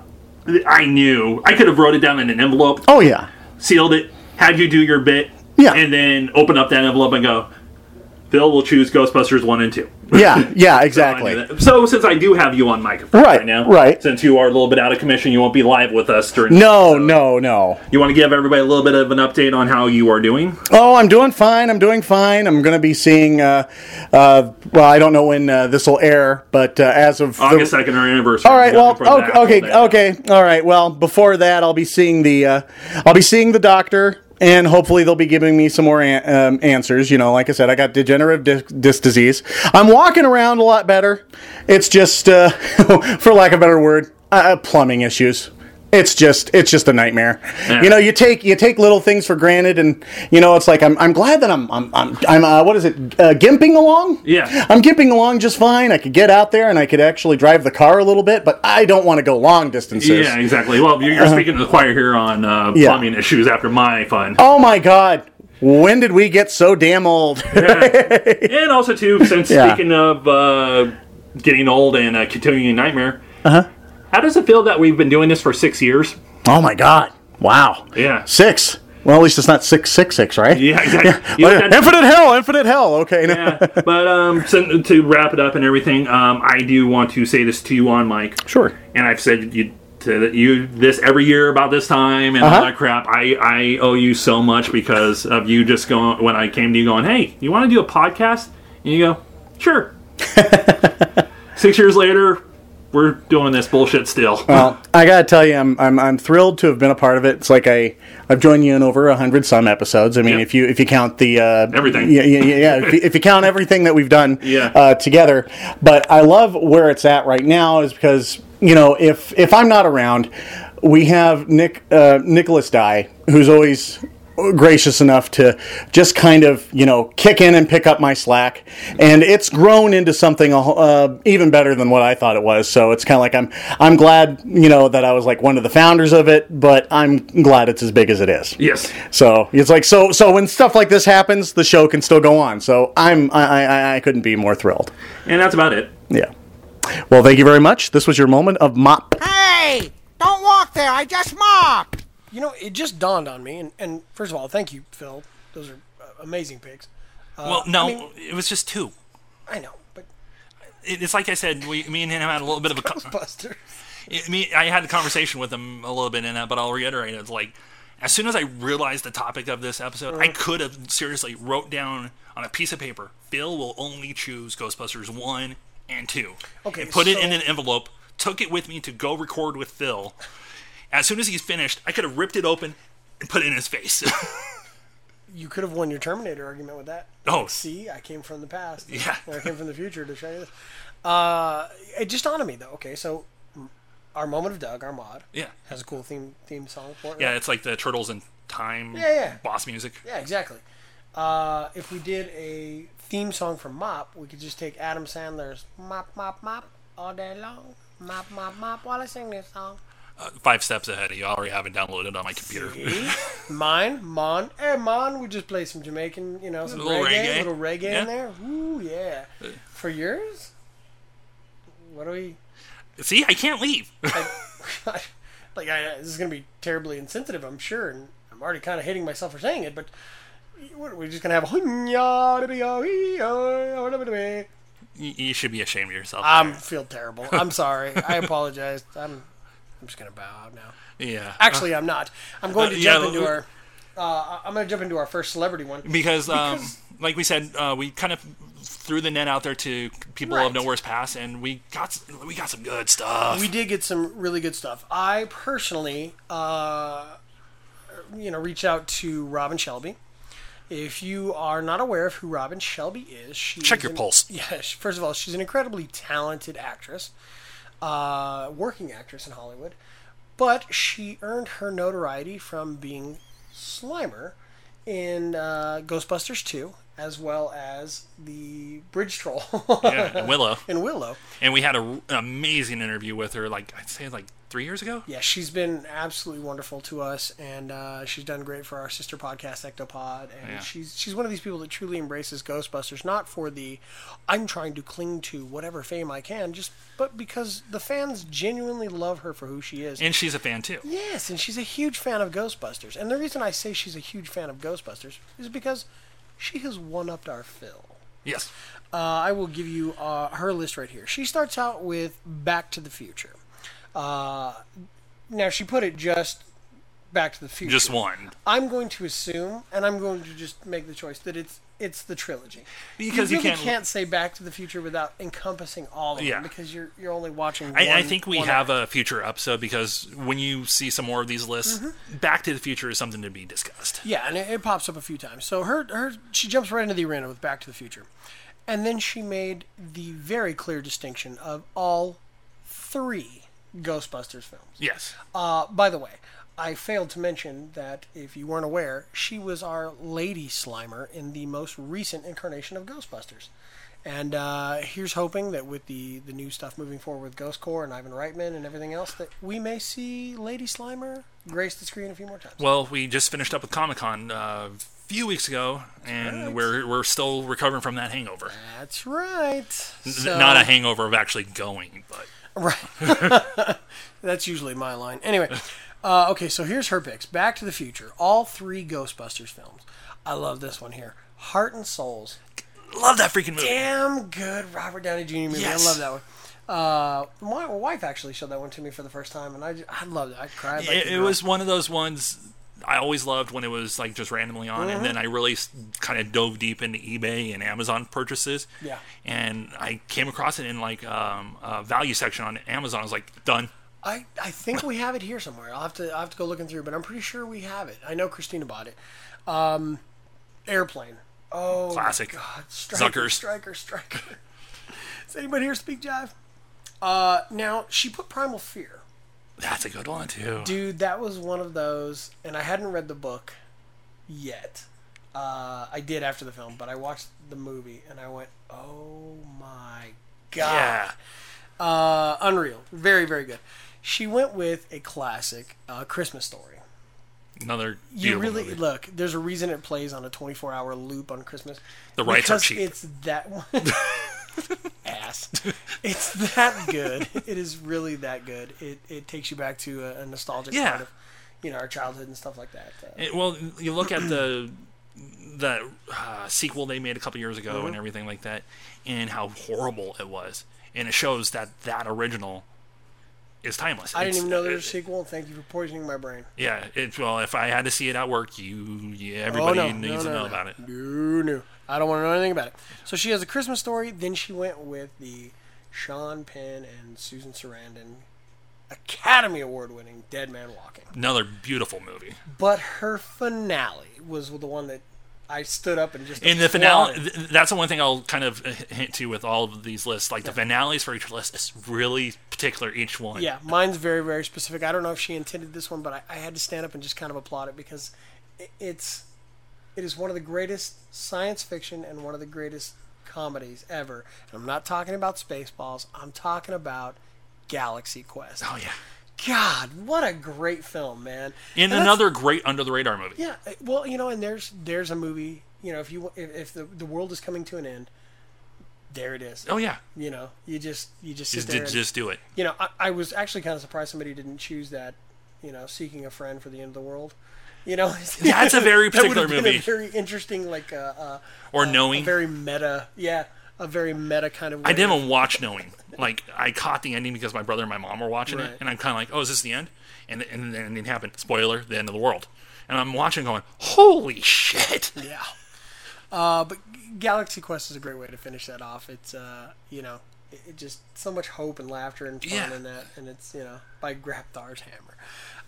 I knew I could have wrote it down in an envelope,
Oh yeah.
sealed it, had you do your bit,
Yeah.
and then open up that envelope and go. Bill will choose Ghostbusters one and two.
Yeah, yeah,
I knew
exactly.
that. So since I do have you on microphone
Right,
right, now,
right.
Since you are a little bit out of commission, you won't be live with us during.
No, no, no.
You want to give everybody a little bit of an update on how you are doing?
Oh, I'm doing fine. I'm doing fine. I'm going to be seeing uh uh well, I don't know when uh, this will air, but uh, as of the-
August second, our anniversary.
All right.
Yeah,
Well,
before that,
o- okay,
I'll let you
okay, All right. Well, before that, I'll be seeing the, uh, I'll be seeing the doctor, and hopefully they'll be giving me some more an- um, answers. You know, like I said, I got degenerative dis- disc disease. I'm walking around a lot better. It's just, uh, for lack of a better word, uh, plumbing issues. It's just it's just a nightmare. You know, you take you take little things for granted, and you know it's like I'm, I'm glad that I'm I'm I'm, I'm uh, what is it uh, gimping along?
Yeah.
I'm gimping along just fine. I could get out there and I could actually drive the car a little bit, but I don't want to go long distances.
Yeah, exactly. Well, you're, you're speaking to the choir here on uh,
Uh-huh. Yeah.
plumbing issues after my fun.
Oh my god. When did we get so damn old?
And also, too, since
Yeah.
speaking of uh, getting old and uh, continuing nightmare, uh-huh. how does it feel that we've been doing this for six years?
oh my god. Wow.
Yeah.
Six. Well, at least it's not 666, right?
Yeah, exactly. You
Oh,
look
yeah.
at-
Infinite hell, infinite hell. Okay.
yeah. But um, so, to wrap it up and everything, um, I do want to say this to you on mic.
Sure.
and I've said you to you this every year about this time and all that crap. I, I owe you so much because of you just going when I came to you going, hey, you want to do a podcast? And you go, sure. Six years later, we're doing this bullshit still.
Well, I gotta tell you, I'm, I'm I'm thrilled to have been a part of it. It's like I I've joined you in over a hundred some episodes. I mean,
Yeah.
if you if you count the uh,
Everything.
yeah, yeah, yeah. yeah. if, you, if you count everything that we've done,
Yeah.
uh, together. But I love where it's at right now, is because you know if if I'm not around, we have Nick uh, Nicholas Dye, who's always gracious enough to just kind of you know kick in and pick up my slack and it's grown into something a whole- uh, even better than what I thought it was so it's kind of like I'm I'm glad you know that I was like one of the founders of it but I'm glad it's as big as it is
yes.
so it's like so so when stuff like this happens, the show can still go on. So I'm I I, I couldn't be more thrilled.
And that's about it.
Yeah. Well, thank you very much. This was your moment of mop.
Hey! Don't walk there, I just mopped!
You know, it just dawned on me, and, and first of all, thank you, Phil. Those are uh, amazing picks.
well, no, it was just two.
I know, but
It- It's like I said, we, me and him had a little bit of a. co-
Buster.
it, me, I had a conversation with him a little bit in that, but I'll reiterate it. It's like, as soon as I realized the topic of this episode, I
Mm.
could have seriously wrote down on a piece of paper, Phil will only choose Ghostbusters 1 and 2.
Okay,
And put it in
so-
an envelope, took it with me to go record with Phil. As soon as he's finished, I could have ripped it open and put it in his face.
You could have won your Terminator argument with that.
oh,
See, I came from the past.
Yeah.
Or I came from the future to show you this. Uh, it just dawned on me, though. Okay, so mm, our moment of Doug, our mod,
yeah.
has a cool theme theme song for it.
Yeah, it's like the Turtles in Time
Yeah, yeah.
boss music.
Yeah, exactly. Uh, if we did a theme song for Mop, we could just take Adam Sandler's Mop, Mop, Mop all day long. Mop, Mop, Mop while I sing this song.
uh, five steps ahead of you. I already have it downloaded on my computer.
Mine, Mon, eh, Mon. We just play some Jamaican, you know, some
Little
reggae,
reggae.
little reggae
Yeah. Uh.
in there. Ooh, yeah. For yours, what do we?
See, I can't leave.
like, I, this is gonna be terribly insensitive, I'm sure, and I'm already kind of hating myself for saying it. But what are we just gonna have? a-
you, you should be ashamed of yourself.
I'm feel terrible. I'm sorry. I apologize. I'm. I'm just gonna bow out now.
yeah.
Actually, I'm not. I'm going to
Ah. Uh, yeah,
jump into
l-
our. Uh, I'm going to jump into our first celebrity one.
because, um, like we said, uh, we kind of threw the net out there to people
Right.
of Nowhere's Pass, and we got s- we got some good stuff.
we did get some really good stuff. I personally, uh, you know, reach out to Robin Shelby. If you are not aware of who Robin Shelby is, she
Check
is
your
an-
pulse.
Yeah, she- first of all, she's an incredibly talented actress, uh, working actress in Hollywood, but she earned her notoriety from being Slimer in uh, Ghostbusters 2, as well as the Bridge Troll
Yeah, and Willow,
in Willow.
and we had a, an amazing interview with her. Like I'd say, like three years ago.
yeah, she's been absolutely wonderful to us, and uh, she's done great for our sister podcast, Ectopod. And
Yeah.
she's she's one of these people that truly embraces Ghostbusters, not for the I'm trying to cling to whatever fame I can, just but because the fans genuinely love her for who she is.
And she's a fan too.
yes, and she's a huge fan of Ghostbusters. And the reason I say she's a huge fan of Ghostbusters is because she has one upped our Phil.
Yes.
Uh, I will give you uh, her list right here. She starts out with Back to the Future. Uh, now she put it just Back to the Future.
Just one.
I'm going to assume, and I'm going to just make the choice that it's it's the trilogy
Because you
really
can't-
say Back to the Future without encompassing all of
Yeah.
them because you're you're only watching.
I, I
one-
think we
one
have a future episode because when you see some more of these lists,
Mm-hmm.
Back to the Future is something to be discussed.
Yeah, and it, it pops up a few times. So her her she jumps right into the arena with Back to the Future, and then she made the very clear distinction of all three Ghostbusters films.
Yes.
Uh, by the way, I failed to mention that if you weren't aware, she was our Lady Slimer in the most recent incarnation of Ghostbusters. And uh, here's hoping that with the, the new stuff moving forward with Ghost Core and Ivan Reitman and everything else, that we may see Lady Slimer grace the screen a few more times.
Well, we just finished up with Comic Con uh, a few weeks ago, and we're we're still recovering from that hangover.
That's right. So-
Not a hangover of actually going, but
Right. That's usually my line. Anyway, uh, okay, so here's her picks Back to the Future, all three Ghostbusters films. I love this one here. Heart and Souls.
love that freaking movie.
Damn good Robert Downey Jr. movie.
Yes.
I love that one. Uh, my wife actually showed that one to me for the first time, and I, just, I loved it. I cried. Like
It,
a
it
girl.
was one of those ones I always loved when it was like just randomly on, and then I really s- kind of dove deep into eBay and Amazon purchases.
Yeah.
And I came across it in like um, a value section on Amazon. I was like, done.
I, I think we have it here somewhere. I'll have to I have to go looking through, but I'm pretty sure we have it. I know Christina bought it. Um, airplane. Oh,
Classic.
My God, striker,
Zuckers.
striker, striker. Does anybody here speak jive? Uh, now she put Primal Fear.
That's a good one too.
Dude, that was one of those, and I hadn't read the book yet. Uh, I did after the film, but I watched the movie and I went, "Oh my god!"
yeah.
Uh, unreal. Very, very good. She went with a classic uh, Christmas story.
Another
You
beautiful
really
movie.
look. There's a reason it plays on a 24-hour loop on Christmas.
The rights are
Because
cheap.
It's that one. ass. It's that good. It is really that good. It it takes you back to a, a nostalgic
Yeah.
part of you know our childhood and stuff like that. Uh,
It- well, you look at the that uh, sequel they made a couple years ago
Mm-hmm.
and everything like that, and how horrible it was, and it shows that that original is timeless.
I didn't
It's- uh,
even know there
it-
was a sequel. Thank you for poisoning my brain.
Yeah, it's well, if I had to see it at work, you, yeah, everybody
Oh, no,
needs to
no, no,
know
no.
about it.
No, no. I don't want to know anything about it. So she has a Christmas story. Then she went with the Sean Penn and Susan Sarandon Academy Award winning Dead Man Walking.
Another beautiful movie.
But her finale was the one that I stood up and just.
In the finale,
applauded.
th- that's the one thing I'll kind of uh, hint to with all of these lists. Like the finales for each list is really particular each one.
Yeah, mine's very, very specific. I don't know if she intended this one, but I, I had to stand up and just kind of applaud it because i- it's. It is one of the greatest science fiction and one of the greatest comedies ever. And I'm not talking about Spaceballs. I'm talking about Galaxy Quest.
Oh yeah.
God, what a great film, man.
In
And that's-
another great under the radar movie.
Yeah, uh, well, you know, and there's there's a movie, you know, if you if, if the the world is coming to an end, there it is.
Oh yeah,
You know, you just you just sit
just
there.
just,
and-
just do it.
you know, I, I was actually kind of surprised somebody didn't choose that. You know, seeking a friend for the end of the world. You know,
Yeah, it's a very
That would
particular
have been
movie.
A very interesting, like uh, uh,
Or
a
knowing.
very meta. Yeah, a very meta kind of. Way
I didn't watch Knowing. Like I caught the ending because my brother and my mom were watching
Right.
it, and I'm kind of like, "Oh, is this the end?" And and then it happened. Spoiler: the end of the world. And I'm watching, going, "Holy shit!"
Yeah. Uh, but Galaxy Quest is a great way to finish that off. It's uh, you know, it, it just so much hope and laughter and fun
Yeah.
in that, and it's you know by Grapthar's hammer.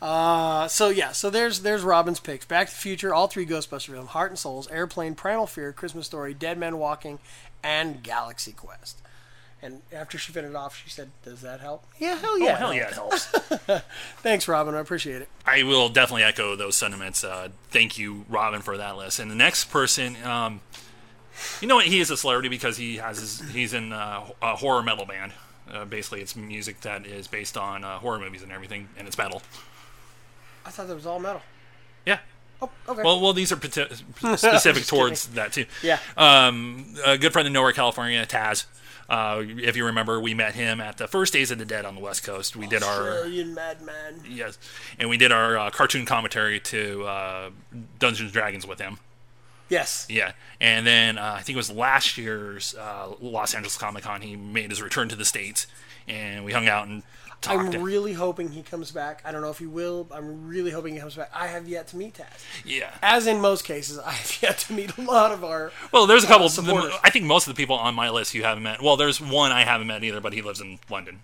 Uh, so yeah, so there's there's Robin's picks: Back to the Future, all three Ghostbuster films, Heart and Souls, Airplane, Primal Fear, Christmas Story, Dead Man Walking, and Galaxy Quest. And after she finished it off, she said, "Does that help?" Yeah, hell yeah,
Oh, hell yeah, it helps.
Thanks, Robin. I appreciate it.
I will definitely echo those sentiments. Uh, thank you, Robin, for that list. And the next person, um, you know what? He is a celebrity because he has his, he's in uh, a horror metal band. Uh, basically, it's music that is based on uh, horror movies and everything, and it's metal.
I thought that was all metal.
Yeah.
Oh, okay.
Well, well, these are pati- specific towards that too.
yeah.
Um, a good friend in Nowhere, California, Taz. Uh, if you remember, we met him at the first Days of the Dead on the West Coast. We
Oh,
did our
Australian madman.
Yes, and we did our uh, cartoon commentary to uh, Dungeons and Dragons with him.
Yes.
Yeah, and then uh, I think it was last year's uh, Los Angeles Comic Con. He made his return to the states, and we hung out and
I'm
talked.
really hoping he comes back. I don't know if he will. but I'm really hoping he comes back. I have yet to meet Taz.
yeah.
As in most cases, I have yet to meet a lot of our.
Well, there's a couple. of them-
supporters.
I think most of the people on my list you haven't met. Well, there's one I haven't met either, but he lives in London.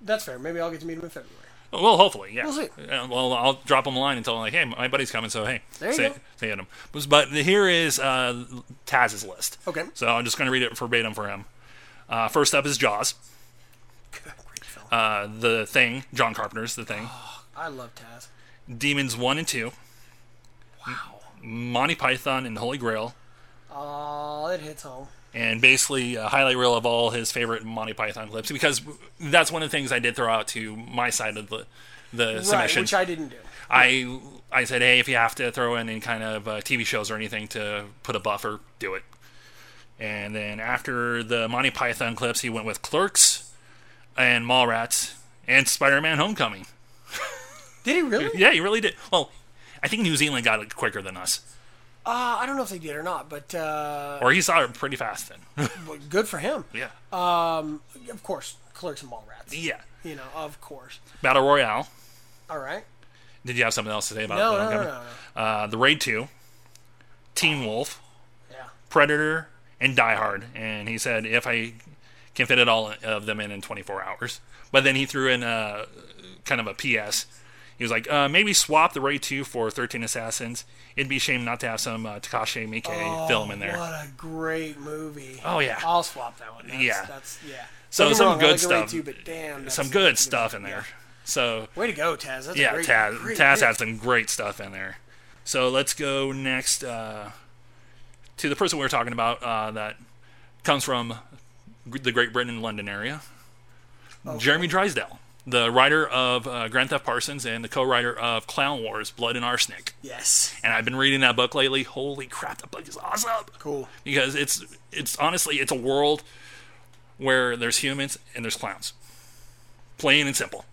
That's fair. Maybe I'll get to meet him in February.
Well, hopefully, yeah.
We'll
We'll
see.
well, I'll drop him a line and tell him like, "Hey, my buddy's coming, so hey,
There you
say,
go.
say at him." But, but here is uh, Taz's list.
Okay.
So I'm just going to read it verbatim for him. Uh, first up is Jaws,
Great film.
uh, The Thing, John Carpenter's The Thing,
I love Taz.
Demons One and Two,
Wow.
Monty Python and the Holy Grail,
Oh, it hits home.
and basically a highlight reel of all his favorite Monty Python clips because that's one of the things I did throw out to my side of the the
Right,
submission.
which I didn't do.
I I said, hey, if you have to throw in any kind of uh, TV shows or anything to put a buffer, do it. And then after the Monty Python clips, he went with Clerks and Mallrats and Spider-Man: Homecoming.
Did he really?
Yeah, he really did. Well, I think New Zealand got it quicker than us,
Uh, I don't know if they did or not, but uh,
or he saw it pretty fast then.
well, good for him. Um,
yeah,
Uh, Of course, Clerks and Mallrats.
yeah.
You know, of course.
Battle Royale.
All right.
Did you have something else to say about
No,
it?
no, no,
Oh, Homecoming?
no. no.
Uh, the Raid Two, Teen Wolf,
Yeah.
Predator, and Die Hard. And he said, if I can fit it all of them in in 24 hours. But then he threw in a kind of a PS. He was like, uh, maybe swap the Raid 2 for 13 Assassins. It'd be a shame not to have some uh, Takashi Miike film in there.
Oh, What a great movie.
Oh, yeah.
I'll swap that one. That's,
Yeah.
That's yeah.
So
Don't get me
some
wrong, I
good
like Raid
stuff.
Two, but damn, that's-
some good
that's-
stuff in there. So,
Way to go, Taz. That's
yeah,
a great,
Taz,
great
Taz
pick.
had some great stuff in there. So let's go next uh, to the person we were talking about uh, that comes from the Great Britain and London area. Jeremy Drysdale, the writer of uh, Grand Theft Parsons and the co-writer of Clown Wars: Blood and Arsenic.
Yes.
And I've been reading that book lately. Holy crap, that book is awesome!
Cool.
Because it's it's honestly it's a world where there's humans and there's clowns. Plain and simple.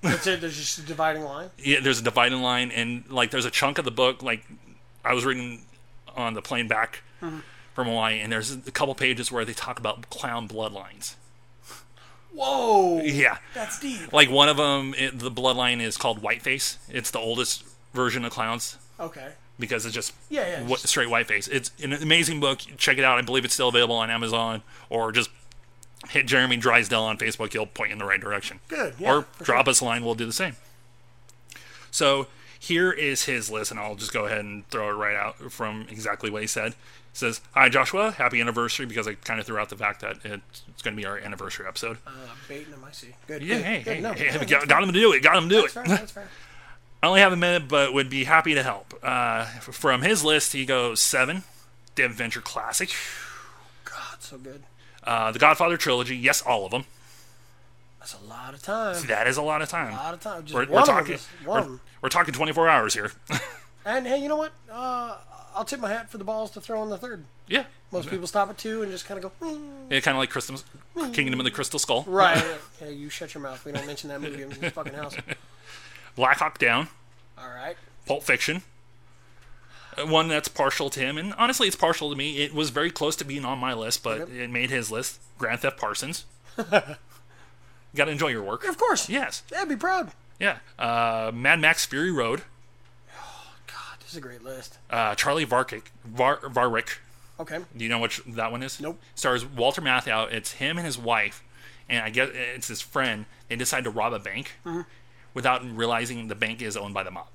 That's it. There's just a dividing line.
Yeah, there's a dividing line, and like there's a chunk of the book like I was reading on the plane back from Hawaii, and there's a couple pages where they talk about clown bloodlines.
Whoa.
Yeah,
That's deep.
like one of them it, the bloodline is called whiteface it's the oldest version of clowns
Okay.
because it's just
Yeah, yeah,
wh-
just-
straight whiteface it's an amazing book check it out i believe it's still available on amazon or just hit jeremy drysdale on facebook he'll point you in the right direction
Good, yeah,
or
for
drop us a line we'll do the same so here is his list and i'll just go ahead and throw it right out from exactly what he said He says hi joshua happy anniversary because i kind of threw out the fact that it's going to be our anniversary episode
Uh, baiting him, I see. Good.
yeah,
good,
hey,
good.
hey,
no,
hey,
no, that's
got, got him to do it. Got him to do it.
fair, that's fair.
I only have a minute, but would be happy to help. Uh, f- from his list, he goes seven, The Adventure Classic,
God, so good.
uh, The Godfather Trilogy, yes, all of them,
That's a lot of time.
That is a lot of time.
A lot of time. Just
We're,
one
we're
of 'em,
talking.
just one.
We're, we're talking 24 hours here.
And hey, you know what? Uh, I'll tip my hat for the balls to throw in the third.
yeah.
Most people stop at two and just kind of go, "Hmm."
Yeah, kind of like Crystal, Kingdom of the Crystal Skull.
right. hey, you shut your mouth. We don't mention that movie in this fucking house.
Black Hawk Down,
All right.
Pulp Fiction. Uh, One that's partial to him, and honestly, it's partial to me. It was very close to being on my list, but it made his list. Grand Theft Parsons. Got to enjoy your work.
Of course.
Yes.
Yeah, be proud.
Yeah. Uh, Mad Max Fury Road.
God, this is a great list.
Uh, Charlie Varkic, Var, Varwick.
Okay.
Do you know which that one is?
Nope.
Stars Walter Matthau. It's him and his wife, and I guess it's his friend. They decide to rob a bank
Uh-huh.
without realizing the bank is owned by the mob.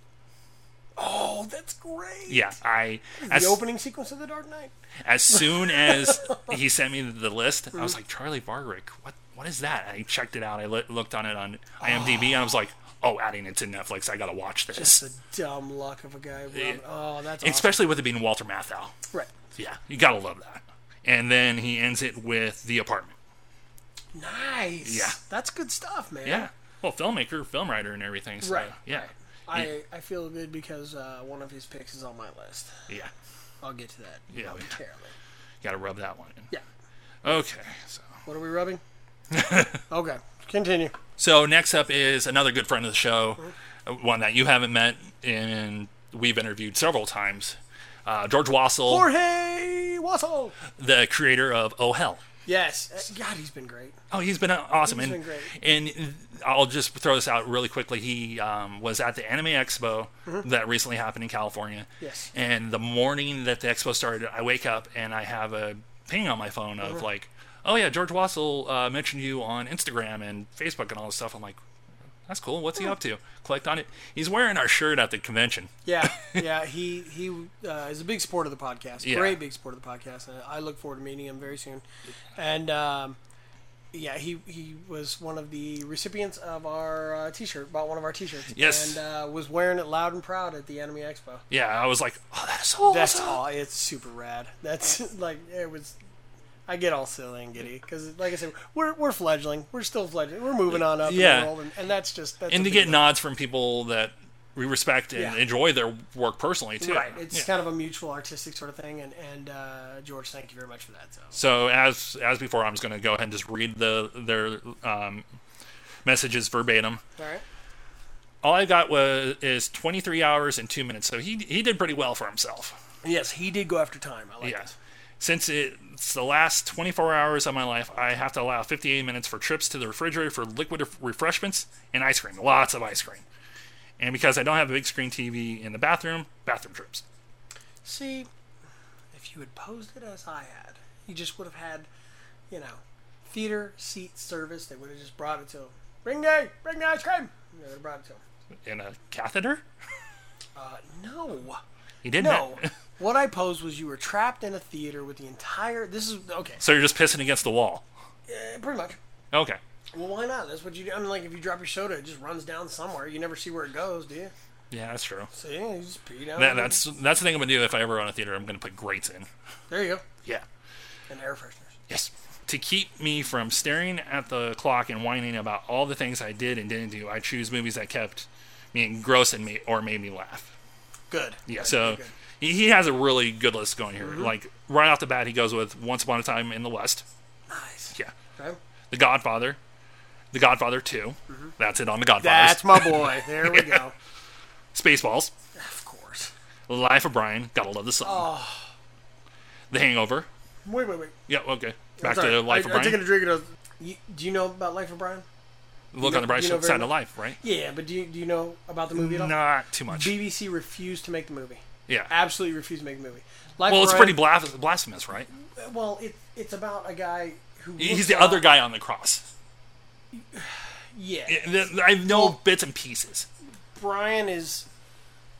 Oh, that's great.
Yeah, I
The
as,
opening sequence of The Dark Knight.
as soon as he sent me the list, I
Mm-hmm.
was like Charlie Varwick. What what is that? I checked it out. I li- looked on it on
Oh.
IMDb, and I was like, oh, adding it to Netflix. I gotta watch this,
It's the dumb luck of a guy. Rob. Oh, that's awesome.
especially with it being Walter Matthau.
right.
Yeah, you gotta love that. And then he ends it with the apartment.
Nice.
Yeah.
That's good stuff, man.
Yeah. Well, filmmaker, film writer, and everything. So,
Right,
Yeah.
I, I feel good because uh, one of his picks is on my list.
Yeah.
I'll get to that
Yeah, yeah.
momentarily.
Got to rub that one in.
Yeah.
Okay. So.
What are we rubbing? okay. Continue.
so next up is another good friend of the show, uh,
Uh-huh.
one that you haven't met and we've interviewed several times. Uh, George Wassel,
Jorge Wassel.
the creator of Oh Hell.
Yes. Uh, God, he's been great.
Oh, he's been awesome.
He's
and,
been
and I'll just throw this out really quickly. He um, was at the Anime Expo that recently happened in California.
Mm-hmm. Yes.
And the morning that the expo started, I wake up and I have a ping on my phone
Mm-hmm.
of like, oh yeah, George Wassel uh, mentioned you on Instagram and Facebook and all this stuff. I'm like, that's cool. What's
Mm-hmm.
he up to? Clicked on it. He's wearing our shirt at the convention.
Yeah. Yeah. He he uh, is a big support of the podcast.
Yeah.
Great big support of the podcast. And I look forward to meeting him very soon. And um, yeah, he he was one of the recipients of our uh, T-shirt. Bought one of our T-shirts.
Yes.
And uh, was wearing it loud and proud at the Anime Expo.
Yeah, I was like, oh, that's so
That's
awesome.
all. It's super rad. That's like it was. I get all silly and giddy because, like I said, we're we're fledgling. We're still fledgling. We're moving on up in
Yeah.
the world, and, and that's just that's
And
a
to
big
get
deal.
nods from people that we respect and
Yeah.
enjoy their work personally too.
right. It's
Yeah.
kind of a mutual artistic sort of thing, and and uh, George, thank you very much for that. So
So as as before, I'm just going to go ahead and just read the their um, messages verbatim.
all right,
All I got was is 23 hours and two minutes. So he he did pretty well for himself.
yes, he did go after time. I like
Yeah.
that.
Since it's the last 24 hours of my life, I have to allow 58 minutes for trips to the refrigerator for liquid ref- refreshments and ice cream. Lots of ice cream. And because I don't have a big screen TV in the bathroom, bathroom trips.
See, if you had posed it as I had, you just would have had, you know, theater seat service. They would have just brought it to him. Bring the bring the ice cream. They would have brought it to him.
In a catheter?
No.
He didn't.
No.
have-
what I posed was you were trapped in a theater with the entire. This is okay.
so you're just pissing against the wall.
eh, Pretty much.
Okay.
Well, why not? That's what you do. I mean, like if you drop your soda, it just runs down somewhere. You never see where it goes, do you?
Yeah, that's true.
So yeah, you just pee down.
That, that's that's the thing I'm gonna do if I ever own a theater. I'm gonna put grates in.
there you go.
Yeah.
And air fresheners.
Yes. To keep me from staring at the clock and whining about all the things I did and didn't do, I choose movies that kept me engrossed and made, or made me laugh.
Good.
Yeah. So he he has a really good list going here.
Mm-hmm.
Like right off the bat, he goes with Once Upon a Time in the West.
Nice.
Yeah.
Okay.
The Godfather. The Godfather 2 That's it on the Godfathers.
Mm-hmm. That's my boy. There we go.
Spaceballs.
Of course.
Life of Brian. Gotta love the song.
Oh.
The Hangover.
Wait, wait, wait.
Yeah. Okay. Back
Sorry.
to Life
I,
of Brian.
I took a drink of. You, do you know about Life of Brian?
Look on the bright
you know very
side
much-
of life, right?
Yeah, but do you, do you know about the movie at all?
Not too much.
BBC refused to make the movie.
Yeah.
Absolutely refused to make the movie. Life
Well,
of
it's
Brian-
pretty blas- blasphemous, right?
Well, it, it's about a guy who.
He's
looks
the
a lot-
other guy on the cross.
Yeah.
Th- I know bits and pieces.
Brian is.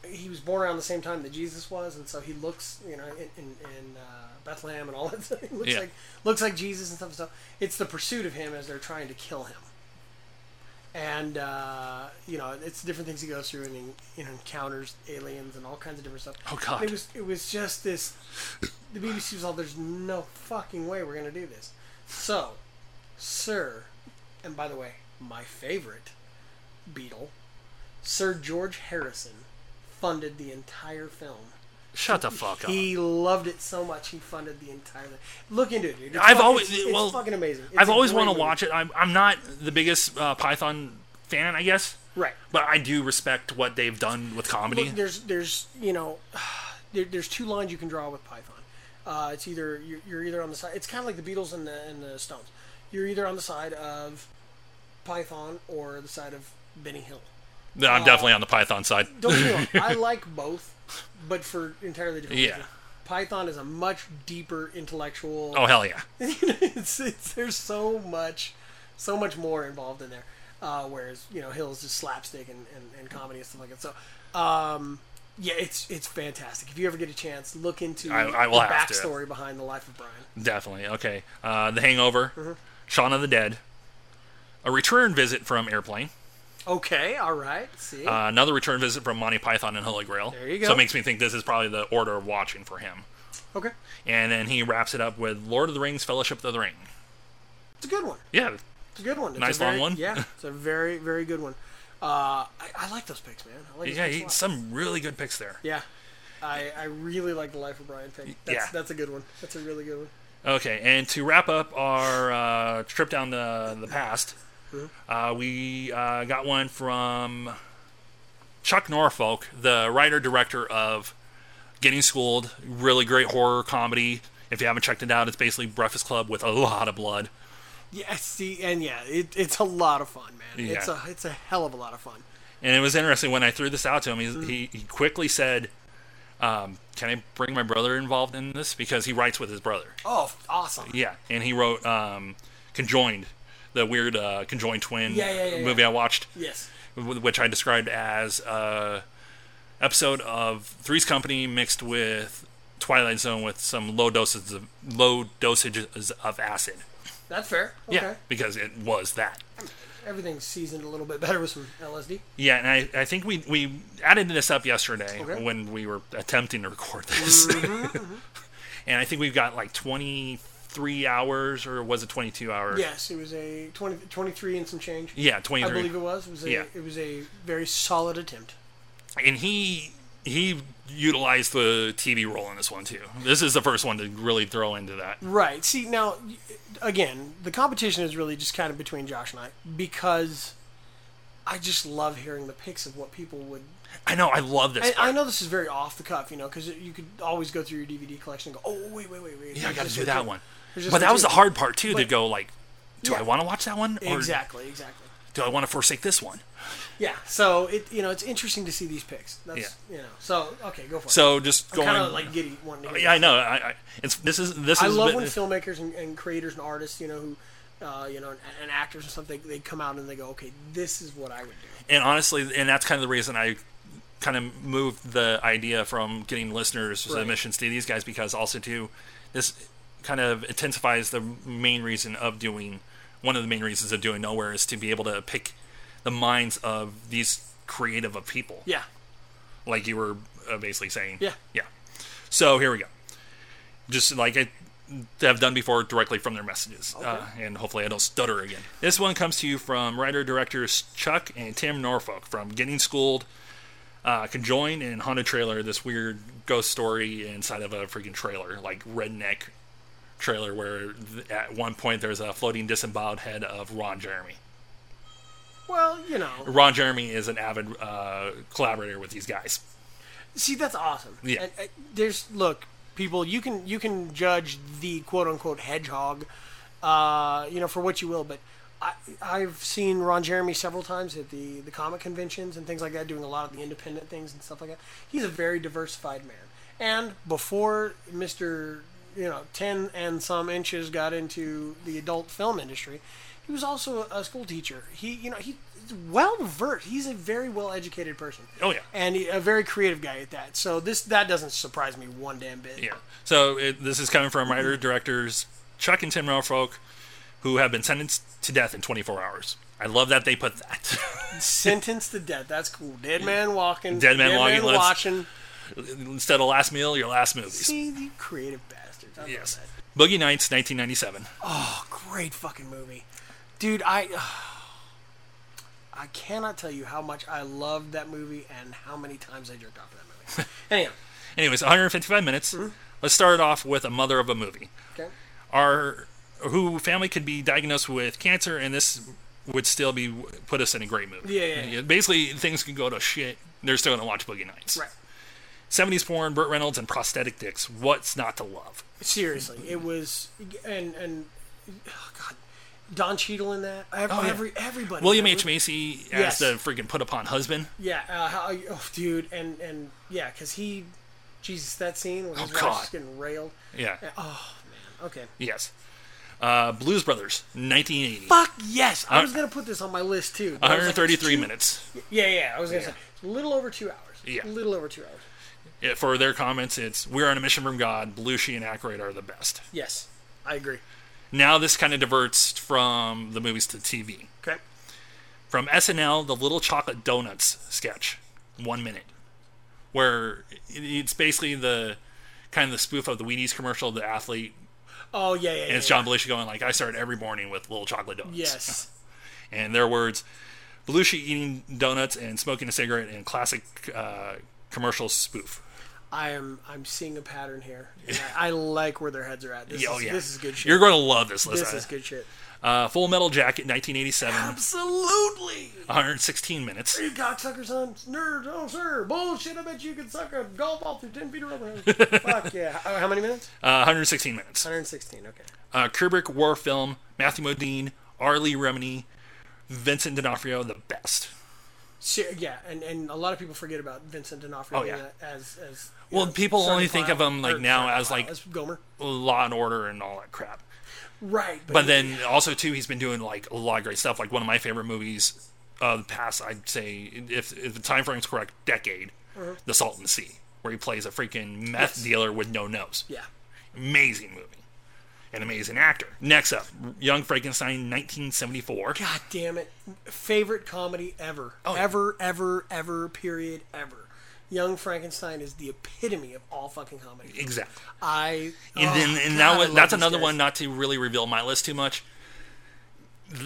He was born around the same time that Jesus was, and so he looks, you know, in, in, in uh, Bethlehem and all that. stuff. He looks
Yeah.
like looks like Jesus and stuff. So it's the pursuit of him as they're trying to kill him. And uh, you know, it's different things he goes through, and he you know, encounters aliens and all kinds of different stuff.
Oh, God.
It was it was just this. The BBC was all, "There's no fucking way we're gonna do this." So, sir, and by the way, my favorite Beatle, Sir George Harrison, funded the entire film.
Shut the fuck up.
He loved it so much he funded the entire. Look into it. Dude. It's
I've
fucking-
always-
it's, it's
well,
fucking amazing. It's
I've
a
always
great
wanted to
movie.
watch it. I'm, I'm not the biggest uh, Python fan, I guess,
Right.
but I do respect what they've done with comedy.
Look, there's there's you know there, there's two lines you can draw with Python. Uh, it's either you're, you're either on the side. It's kind of like the Beatles and the and the Stones. You're either on the side of Python or the side of Benny Hill.
No, I'm definitely on the Python side.
Don't get me wrong, I like both, but for entirely different
Yeah.
reasons. Python is a much deeper intellectual.
Oh hell yeah!
it's, it's, there's so much, so much more involved in there. Uh, whereas you know Hill's just slapstick and, and, and comedy and stuff like that. So, um, yeah, it's it's fantastic. If you ever get a chance, look into
I- I will
the
have to.
backstory behind the life of Brian.
Definitely. Okay. Uh, the Hangover,
Uh-huh.
Shaun of the Dead, a return visit from Airplane,
Okay, all right. See,
uh, another return visit from Monty Python and Holy Grail. There
you go.
So it makes me think this is probably the order of watching for him.
okay,
And then he wraps it up with Lord of the Rings, Fellowship of the Ring.
it's a good one.
Yeah,
It's a good one. It's
Nice
a very,
long one.
Yeah, it's a very very good one. Uh, I, I like those picks, man. I like those
yeah,
picks a
he,
lot.
some really good picks there.
Yeah. I, I really like the Life of Brian pick. That's,
Yeah.
that's a good one. That's a really good one.
Okay, and to wrap up our uh, trip down the the past, uh, we uh, got one from Chuck Norfolk, the writer director of Getting Schooled. Really great horror comedy. If you haven't checked it out, it's basically Breakfast Club with a lot of blood.
Yeah, see, and yeah, it, it's a lot of fun, man. It's a
Yeah.
it's a hell of a lot of fun.
And it was interesting when I threw this out to him.
Mm.
He he, he quickly said, um, "Can I bring my brother involved in this?" Because he writes with his brother.
Oh, f- awesome!
Yeah, and he wrote um, Conjoined, the weird uh, conjoined twin
Yeah, yeah, yeah,
movie I watched,
Yes,
wh- which I described as uh, episode of Three's Company mixed with Twilight Zone with some low doses of low dosages of acid.
that's fair. Okay.
Yeah, because it was that.
everything's seasoned a little bit better with some LSD.
Yeah, and I, I think we we added this up yesterday
Okay. Mm-hmm,
when we were attempting to record this, and I think we've got like twenty three hours or was it twenty two hours?
Yes, it was a 20, 23 and some change.
yeah, twenty
I
three.
believe it was. It was a
Yeah.
it was a very solid attempt.
and he he utilized the TV role in this one too. This is the first one to really throw into that.
Right. See, now, y- again, the competition is really just kind of between Josh and I because I just love hearing the picks of what people would
I know, I love this.
I,
part.
I know this is very off the cuff, you know, because you could always go through your DVD collection and go, oh, wait, wait, wait, wait.
yeah, I
there's
got to
this
do
one
that
too."
one.
There's this
But that
one
was
too.
the hard part too to
But-
go like, do I
Yeah.
want to watch that one or
Exactly, exactly.
do I want to forsake this one?
Yeah, so it you know it's interesting to see these picks. That's
Yeah.
you know. So okay, go for it.
So just
I'm
going. Oh,
kind of like giddy wanting to. Hear
yeah, I
this.
know. I, I it's this is this
I
is.
love
been-
when filmmakers and, and creators and artists, you know, who. Uh, you know, and, and actors and stuff, they, they come out and they go, okay, this is what I would do.
and honestly, and that's kind of the reason I kind of moved the idea from getting listeners
Right.
submissions to these guys because also too, this kind of intensifies the main reason of doing one of the main reasons of doing nowhere is to be able to pick the minds of these creative of people
Yeah,
like you were uh, basically saying
Yeah.
yeah so here we go just like i have done before directly from their messages uh, and hopefully i don't stutter again this one comes to you from writer directors chuck and tim norfolk from getting schooled uh, conjoined and haunted trailer this weird ghost story inside of a freaking trailer like redneck trailer where th- at one point there's a floating disemboweled head of ron jeremy
well, you know,
ron jeremy is an avid uh, collaborator with these guys
See, that's awesome.
Yeah.
And, uh, there's look, people. You can you can judge the quote unquote hedgehog, uh, you know, for what you will. But I I've seen Ron Jeremy several times at the the comic conventions and things like that, doing a lot of the independent things and stuff like that. He's a very diversified man. And before Mister you know ten and some inches got into the adult film industry, he was also a school teacher. He you know he's well versed. He's a very well educated person
oh yeah
and he- a very creative guy at that. So this that doesn't surprise me one damn bit.
Yeah. So it, this is coming from writer directors Chuck and Tim Norfolk, who have been sentenced to death in 24 hours. I love that they put that.
Sentenced to death. That's cool. Dead man walking.
Dead man walking, let's-
watching.
Instead of last meal, your last movies.
See you creative bastards. I love
Yes.
that. Oh,
Boogie Nights, 1997.
Great fucking movie, dude. I. I cannot tell you how much I loved that movie and how many times I jerked off in that movie. Anyhow,
Anyways, 155 minutes.
Mm-hmm.
Let's start it off with a mother of a movie.
okay.
Our who family could be diagnosed with cancer, and this would still be put us in a great movie.
Yeah, yeah, yeah.
Basically, things can go to shit. They're still gonna watch Boogie Nights.
Right.
70s porn, Burt Reynolds, and prosthetic dicks. What's not to love?
Seriously, it was and and oh God, Don Cheadle in that. Every,
Oh, yeah.
every everybody.
William
that
H
was-
Macy
Yes.
as the freaking put upon husband.
Yeah, uh, how, oh, dude, and and yeah, because he, Jesus, that scene when his
Oh, God.
wife's getting railed.
Yeah.
Oh. Okay.
Yes. Uh, Blues Brothers, 1980.
Fuck yes,
Uh,
I was gonna put this on my list too. but I was like,
133 minutes.
yeah, yeah, I was gonna say it's a little over two hours.
Yeah.
a little over two hours.
Yeah, for their comments, it's We're on a mission from God. Belushi and Aykroyd are the best.
Yes, I agree.
Now, this kind of diverts from the movies to TV.
Okay.
From SNL, the Little Chocolate Donuts sketch, one minute, where it- it's basically the kind of the spoof of the Wheaties commercial, the athlete,
Oh yeah, yeah.
and it's
yeah,
John Belushi going like, "I start every morning with Little Chocolate Donuts."
yeah. Yes.
and their words Belushi eating donuts and smoking a cigarette in classic uh, commercial spoof.
I am. I'm seeing a pattern here. And I, I like where their heads are at. This,
Yeah,
is,
oh, yeah.
this is good shit.
You're going to love this list.
this is good shit.
Uh, Full Metal Jacket, 1987,
Absolutely.
116 minutes. Uh,
You cocksuckers on nerds. Oh, sir. Bullshit. I bet you could suck a golf ball through 10 feet of rubber. Fuck yeah. How how many minutes?
Uh, 116 minutes.
116. Okay.
Uh, Kubrick war film, Matthew Modine, Arlie Remini, Vincent D'Onofrio, the best.
So, yeah. And, and a lot of people forget about Vincent D'Onofrio
Oh, yeah.
as. as you
Well,
know,
people only
Sergeant
think
File-
of him, like,
or
now
Sergeant
as,
File,
like-
As Gomer.
Law and Order and all that crap.
Right.
But then also too, he's been doing like a lot of great stuff. Like one of my favorite movies of the past, I'd say, if, if the time frame's correct, decade,
Mm-hmm.
The Salton Sea, where he plays a freaking meth dealer with no nose.
Yeah.
Amazing movie. An amazing actor. Next up, Young Frankenstein, 1974.
God damn it. Favorite comedy ever.
Oh, yeah.
ever, ever, ever, period, ever. Young Frankenstein is the epitome of all fucking comedy.
Exactly.
I.
And
oh,
then and
God, I
that was,
love
that's
these
another
guys.
one not to really reveal my list too much.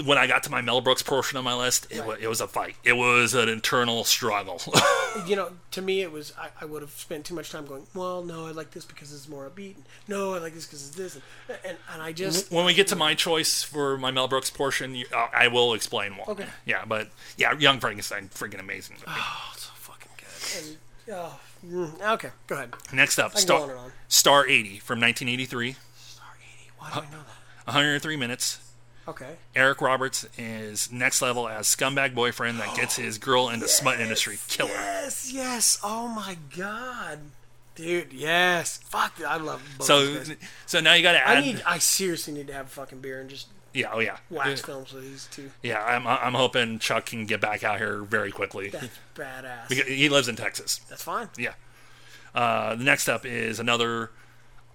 When I got to my Mel Brooks portion of my list, it, was, it was a fight. It was an internal struggle.
you know, to me, it was I, I would have spent too much time going. Well, no, I like this because it's more upbeat. and, No, I like this because it's this, and, and and I just
when we get to my choice for my Mel Brooks portion, you, uh, I will explain why.
Okay.
Yeah, but yeah, Young Frankenstein, freaking amazing. movie.
oh, fucking good. And, oh, mm, okay, go ahead.
Next up,
can go on
Star,
and on.
Star 80 from 1983,
Sorry, Edie, why do I know that?
103 minutes.
Okay,
Eric Roberts is next level as scumbag boyfriend that gets his girl into smut industry killer.
yes, yes. Oh my god, dude, yes. Fuck, I love. Both
So,
these guys.
so now you got to add.
I need. I seriously need to have a fucking beer and just
yeah, oh yeah,
wax films with these two.
yeah. I'm, I'm hoping Chuck can get back out here very quickly.
That's badass.
He lives in Texas.
That's fine.
Yeah. Uh, the next up is another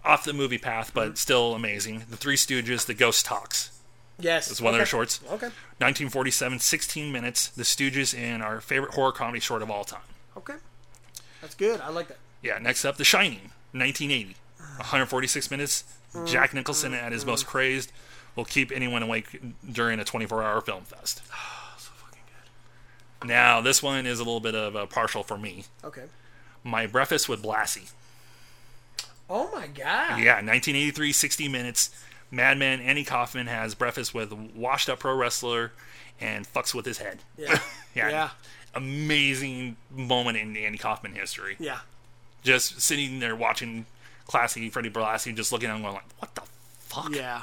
off the movie path,
Mm-hmm.
but still amazing. The Three Stooges, The Ghost Talks.
Yes,
It's one of their
okay.
shorts.
Okay,
1947, 16 minutes. The Stooges in our favorite horror comedy short of all time.
okay, that's good. I like that.
Yeah, next up, The Shining, 1980. 146 minutes. Jack
Mm-hmm.
Nicholson at his most crazed will keep anyone awake during a 24 hour film fest. Now, this one is a little bit of a partial for me.
Okay.
My Breakfast with Blassie.
Oh my god.
Yeah, 1983, 60 Minutes. Madman Andy Kaufman has breakfast with washed up pro wrestler and fucks with his head.
Yeah.
Yeah.
Yeah.
Amazing moment in Andy Kaufman history.
Yeah.
Just sitting there watching classy Freddie Blassie, just looking at him going like, what the fuck?
Yeah.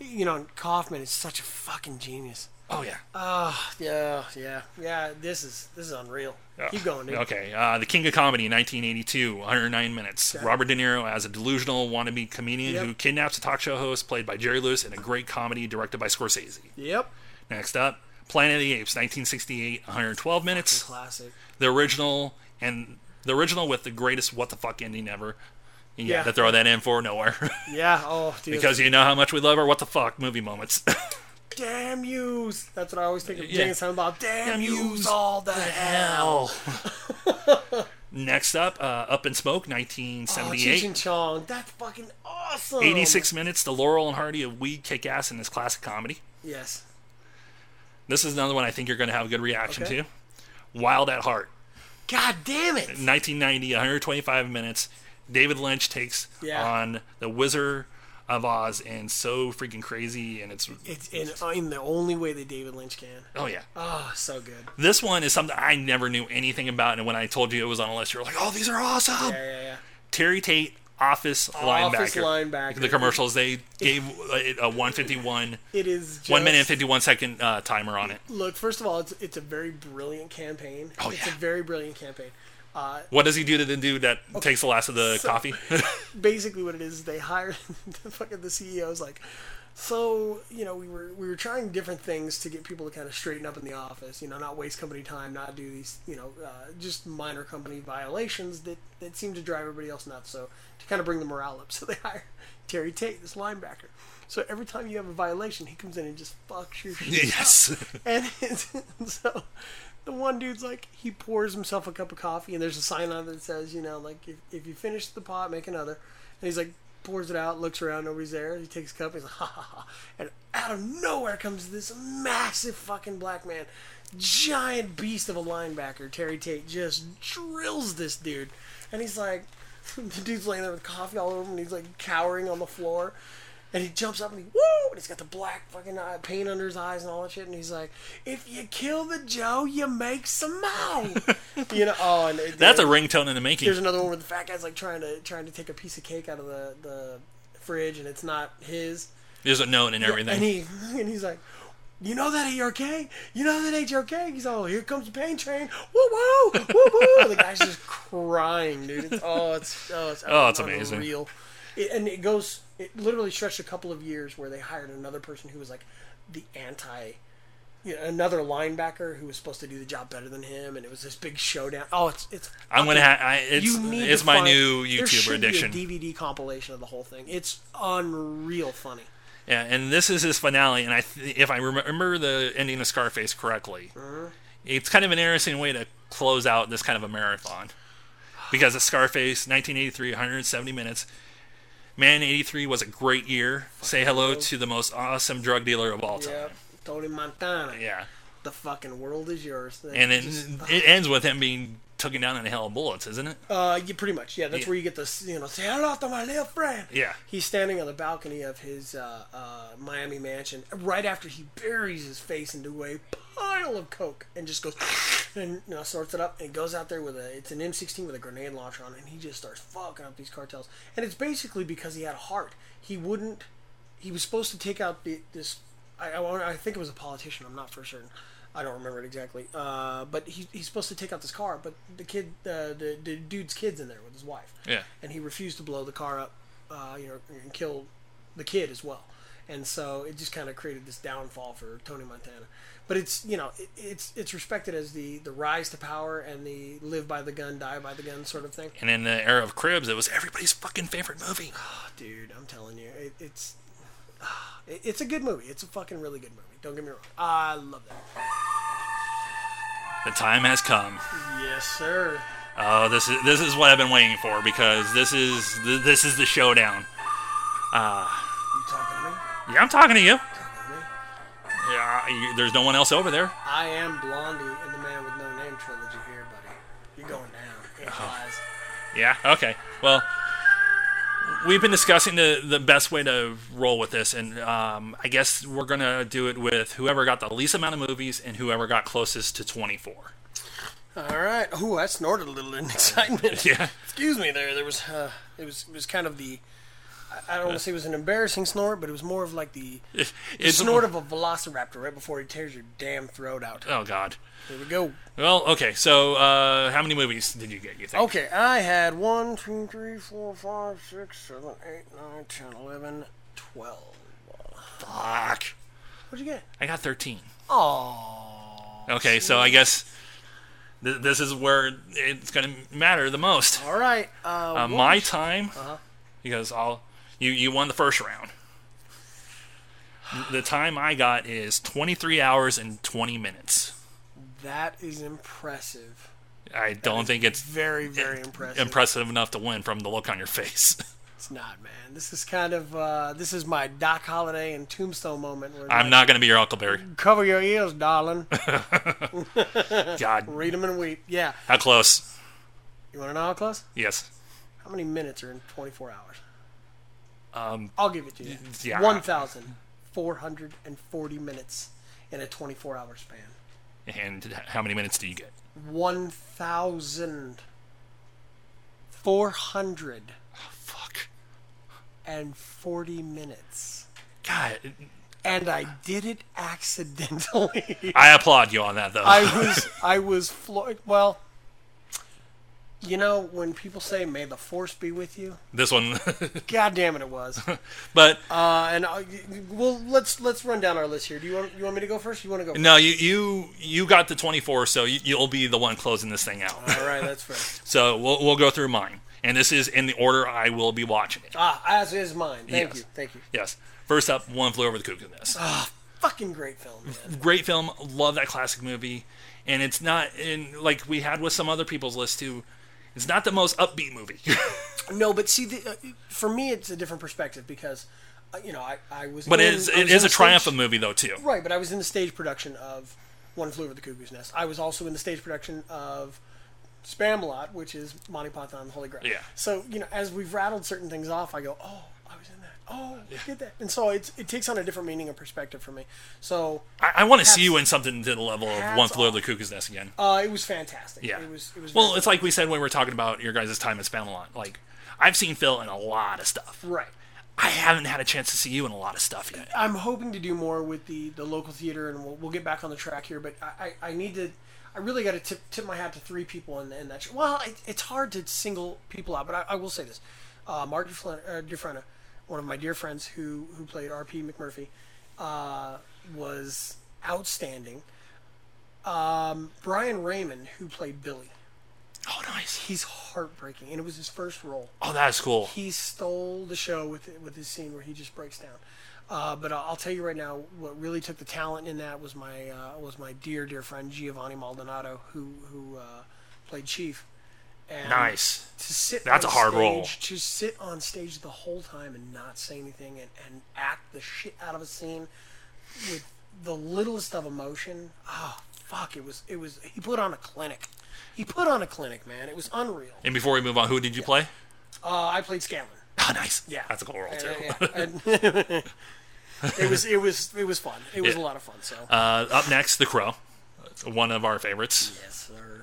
You know, Kaufman is such a fucking genius. Ah,
Oh, yeah.
Uh, Yeah, yeah, yeah. This is this is unreal. Keep going, dude.
Okay. Uh, the King of Comedy, 1982, 109 minutes. Robert De Niro as a delusional wannabe comedian
Yep.
who kidnaps a talk show host played by Jerry Lewis in a great comedy directed by Scorsese.
Yep.
Next up, Planet of the Apes, 1968, 112 minutes.
Classic.
The original and the original with the greatest what the fuck ending ever. You
Yeah.
yeah. to throw that in for nowhere
Yeah. Oh, dude.
because you know how much we love our what the fuck movie moments.
damn yous. That's what I always think of.
Yeah.
James Sound about damn,
Damn
yous,
yous.
all the hell.
Next up, uh, Up in Smoke,
Oh, Cheech
1978.
and Chong. That's fucking awesome.
86 minutes, The Laurel and Hardy of Weed Kick Ass in this classic comedy.
Yes.
This is another one I think you're going to have a good reaction to. Wild at Heart.
God damn it!
1990, 125 minutes. David Lynch takes
Yeah.
on the Wizard of Oz, and so freaking crazy, and it's
It's in, in the only way that David Lynch can.
oh yeah.
Oh, so good.
This one is something I never knew anything about, and when I told you it was on a list, you were like, "Oh, these are awesome."
Yeah, yeah, yeah.
Terry Tate, Office linebacker.
Office linebacker.
The commercials they gave it a 151,
It is just,
one minute and 51 second uh, timer on it.
Look, first of all, it's it's a very brilliant campaign.
Oh,
it's
yeah.
a very brilliant campaign. Uh,
What does he do to the dude that takes the last of the coffee?
basically what it is they hire the fucking the CEO's like so you know we were we were trying different things to get people to kind of straighten up in the office you know not waste company time not do these you know uh, just minor company violations that that seem to drive everybody else nuts so to kind of bring the morale up so they hire Terry Tate this linebacker so every time you have a violation he comes in and just fucks your shit
yes.
and, it's- and so the one dude's like, he pours himself a cup of coffee, and there's a sign on it that says, you know, like, if, if you finish the pot, make another. And he's like, pours it out, looks around, nobody's there. He takes a cup, he's like, ha ha ha. And out of nowhere comes this massive fucking black man, giant beast of a linebacker. Terry Tate just drills this dude. And he's like, the dude's laying there with coffee all over him, and he's like cowering on the floor. And he jumps up and he woo, and he's got the black fucking eye, paint under his eyes and all that shit. And he's like, "If you kill the Joe, you make some money." you know. Oh, and it-
That's a ringtone in the making.
There's another one where the fat guy's like trying to trying to take a piece of cake out of the the fridge, and it's not his.
There's a note and everything.
And he and he's like, "You know that ain't okay. You know that ain't okay." He's all, "Here comes the pain train." Woo woo woo woo. the guy's just crying, dude. It's, oh, it's oh, it's,
Oh, it's amazing.
Real, and it goes. It literally stretched a couple of years where they hired another person who was like the anti. You know, another linebacker who was supposed to do the job better than him, and it was this big showdown. Oh, it's it's
I'm gonna. Ha- I, it's
you need
it's
to
my
find-
new
there
YouTuber
should be a
addiction.
DVD compilation of the whole thing. It's unreal funny.
Yeah, and this is his finale. And I, th- if I remember the ending of Scarface correctly,
Mm-hmm.
it's kind of an interesting way to close out this kind of a marathon, because of Scarface, 1983, 170 minutes. Man, 83 was a great year. Say hello to the most awesome drug dealer of all time.
Yep. Tony Montana.
Yeah,
The fucking world is yours. That
and it
just-
it ends with him being taken down in a hell of bullets, isn't it?
uh, yeah, pretty much. Yeah, that's
Yeah.
where you get this. You know, say hello to my little friend.
Yeah.
He's standing on the balcony of his uh, uh, Miami mansion right after he buries his face into a pile of coke and just goes and you know, sorts it up and goes out there with a it's an M16 with a grenade launcher on it and he just starts fucking up these cartels and it's basically because he had a heart. He wouldn't. He was supposed to take out the, this. I, I, wanna- I think it was a politician. I'm not for certain. I don't remember it exactly. Uh, but he, he's supposed to take out this car, but the kid, uh, the, the dude's kid's in there with his wife
Yeah.
and he refused to blow the car up, uh, you know, and kill the kid as well. And so it just kind of created this downfall for Tony Montana. But it's you know it, it's it's respected as the the rise to power and the live by the gun, die by the gun sort of thing.
And in the era of Cribs, it was everybody's fucking favorite movie.
Dude, I'm telling you, it, it's ah, it, it's a good movie. It's a fucking really good movie. Don't get me wrong. I love that.
The time has come.
Yes, sir.
Oh, this is this is what I've been waiting for because this is th- this is the showdown.
You talking to me?
Yeah, I'm talking to you.
Talking to me?
Yeah, you, there's no one else over there.
I am Blondie in the Man with No Name trilogy here, buddy. You're going down. It lies.
Yeah, okay. Well, we've been discussing the the best way to roll with this, and um, I guess we're gonna do it with whoever got the least amount of movies and whoever got closest to 24.
All right. Oh, I snorted a little in excitement.
Yeah.
Excuse me. There, there was. Uh, it was. It was kind of the. I- I don't want to say it was an embarrassing snort, but it was more of like the
It's
snort of a velociraptor right before he tears your damn throat out.
Oh God.
Here we go.
Well, okay. So, uh, how many movies did you get? You think?
Okay, I had one, two, three, four, five, six, seven, eight, nine, ten, eleven, twelve.
Fuck.
What'd you get?
I got 13.
Oh.
Okay, so I guess th- this is where it's going to matter the most.
All right. Uh,
Uh,
what- Uh-huh.
my time, because I'll you you won the first round. The time I got is 23 hours and 20 minutes.
that is impressive.
I don't think it's
Very, very impressive.
impressive enough to win from the look on your face.
It's not, man. This is kind of uh, this is my Doc Holiday and Tombstone moment. Where
I'm not going to be your Uncle Barry.
cover your ears, darling.
God,
Read them and weep. Yeah.
how close?
You want to know how close?
Yes.
How many minutes are in 24 hours? Um, I'll give it to you.
yeah.
1,440 minutes in a 24 hour span.
And how many minutes do you get?
1,440
Fuck.
minutes.
God,
And I did it accidentally.
I applaud you on that though.
I was I was floored. Well, you know when people say "May the Force be with you,"
this one,
God damn it, it was.
but
Uh, and I, well, let's let's run down our list here. Do you want you want me to go first? You want to go? First?
no, you you you got the 24, so you, you'll be the one closing this thing out.
All right, that's fair.
So we'll we'll go through mine, and this is in the order I will be watching it.
Ah, as is mine. Thank
Yes.
you, thank you.
Yes. First up, One Flew Over the Cuckoo's Nest.
Fucking great film. Man.
great film. Love that classic movie. And it's not in like we had with some other people's list too. It's not the most upbeat movie.
No, but see, the, uh, for me, it's a different perspective because, uh, you know, I, I was.
but
in-
it is,
I
it
was
is
in
a triumphant
stage-
movie though too.
Right, but I was in the stage production of One Flew Over the Cuckoo's Nest. I was also in the stage production of Spamalot, which is Monty Python and the Holy Grail.
Yeah.
So you know, as we've rattled certain things off, I go, oh, I was in that. Oh, I did that. And so it's, it takes on a different meaning and perspective for me. So
I, I want to see
Hats-
you in something to the level of
hats
One Flew
off.
Over the Cuckoo's Nest again.
uh, it was fantastic.
yeah.
It was. It was.
well,
very-
it's like we said when we were talking about your guys' time at Spamalot. Like I've seen Phil in a lot of stuff.
right.
I haven't had a chance to see you in a lot of stuff yet.
I'm hoping to do more with the, the local theater, and we'll, we'll get back on the track here. But I, I, I need to, I really got to tip, tip my hat to three people in, in that show. Well, it, it's hard to single people out, but I, I will say this: uh, Mark DeFlin, uh, DeFrena, one of my dear friends who who played R.P. McMurphy, uh, was outstanding. Um, Brian Raymond, who played Billy,
Oh, nice.
he's heartbreaking, and it was his first role
Oh, that's cool.
he stole the show with with his scene where he just breaks down. Uh, but I'll I'll tell you right now, what really took the talent in that was my uh, was my dear dear friend Giovanni Maldonado, who who uh, played Chief. And
Nice.
To sit
That's
on
a hard
stage,
role.
To sit on stage the whole time and not say anything and, and act the shit out of a scene with the littlest of emotion. Oh fuck! It was it was he put on a clinic. He put on a clinic, man. It was unreal.
And before we move on, who did you play?
Uh, I played Scanlan.
Oh, nice.
Yeah.
That's a cool role too.
Yeah, yeah, yeah. it was it was it was fun. It was a lot of fun. So
Uh, up next, The Crow, one of our favorites.
yes, sir.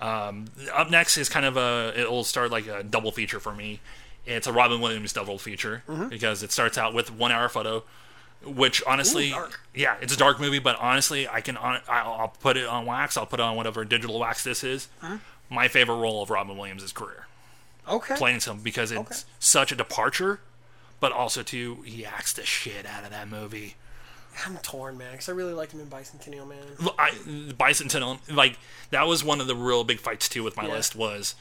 Up next is kind of a it'll start like a double feature for me. It's a Robin Williams double feature because it starts out with one hour photo, which honestly,
dark.
yeah, it's a dark movie, but honestly, I can on, I'll, I'll put it on wax. I'll put it on whatever digital wax this is. My favorite role of Robin Williams' career,
Okay.
playing some because it's such a departure, but also too he acts the shit out of that movie.
I'm torn, man, because I really liked him in Bicentennial Man.
I, bicentennial like that was one of the real big fights too with my
Yeah.
list was